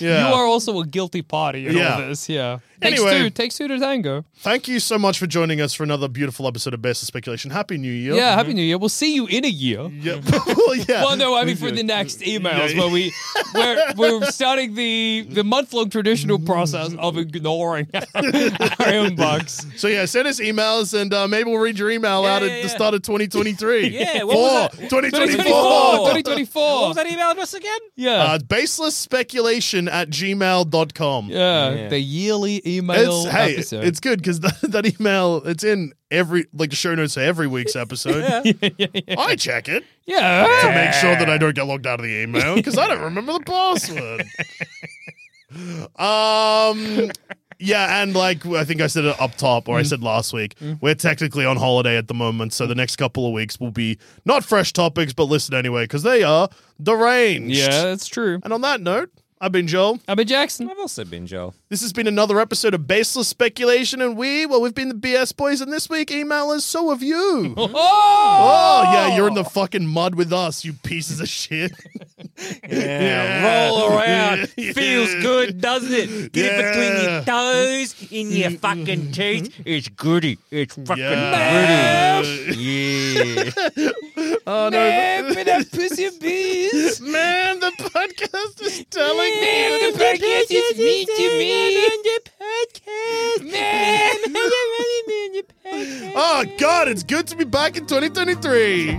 Yeah. you are also a guilty party in Yeah. all this. Yeah. Takes Anyway. two. Takes two to tango. Thank you so much for joining us for another beautiful episode of Best of Speculation. Happy New Year. Yeah. Happy New Year. We'll see you in a year. <laughs> Yeah. <laughs> well, yeah. Well, no, I mean for the next emails Yeah. where <laughs> we we're, we're starting the the month long traditional process of ignoring our, our inbox. So yeah, send us emails and uh, maybe we'll read your email Yeah, out yeah, at yeah. the start <laughs> of 2023. Yeah, what was Four, that? 2024. 2024. 2024. What was that email address again? Yeah. Uh, baseless speculation at gmail.com. yeah. Yeah. The yearly email It's, hey, episode. it's good because <laughs> that, that email it's in every like the show notes for <laughs> every week's episode. I check it yeah. to make sure that I don't get logged out of the email because I don't remember the <laughs> password. um, yeah, and like I think I said it up top, Mm. or I said last week, we're technically on holiday at the moment, so the next couple of weeks will be not fresh topics, but listen anyway because they are deranged. Yeah, that's true. And on that note, I've been Joel. I've been Jackson. I've also been Joel. This has been another episode of Baseless Speculation, and we, well, we've been the BS Boys, and this week, email us, so have you. Oh, Oh, yeah, you're in the fucking mud with us, you pieces of shit. Yeah, Yeah. roll around. Yeah. Feels good, doesn't it? Get it between Yeah. your toes, in your fucking teeth. It's goody. It's fucking Yeah. goody. Yeah. oh, no. man, but that pussy bees. Man, the podcast is telling Man, me. the podcast is me to me. Man, Oh, God, it's good to be back in 2023.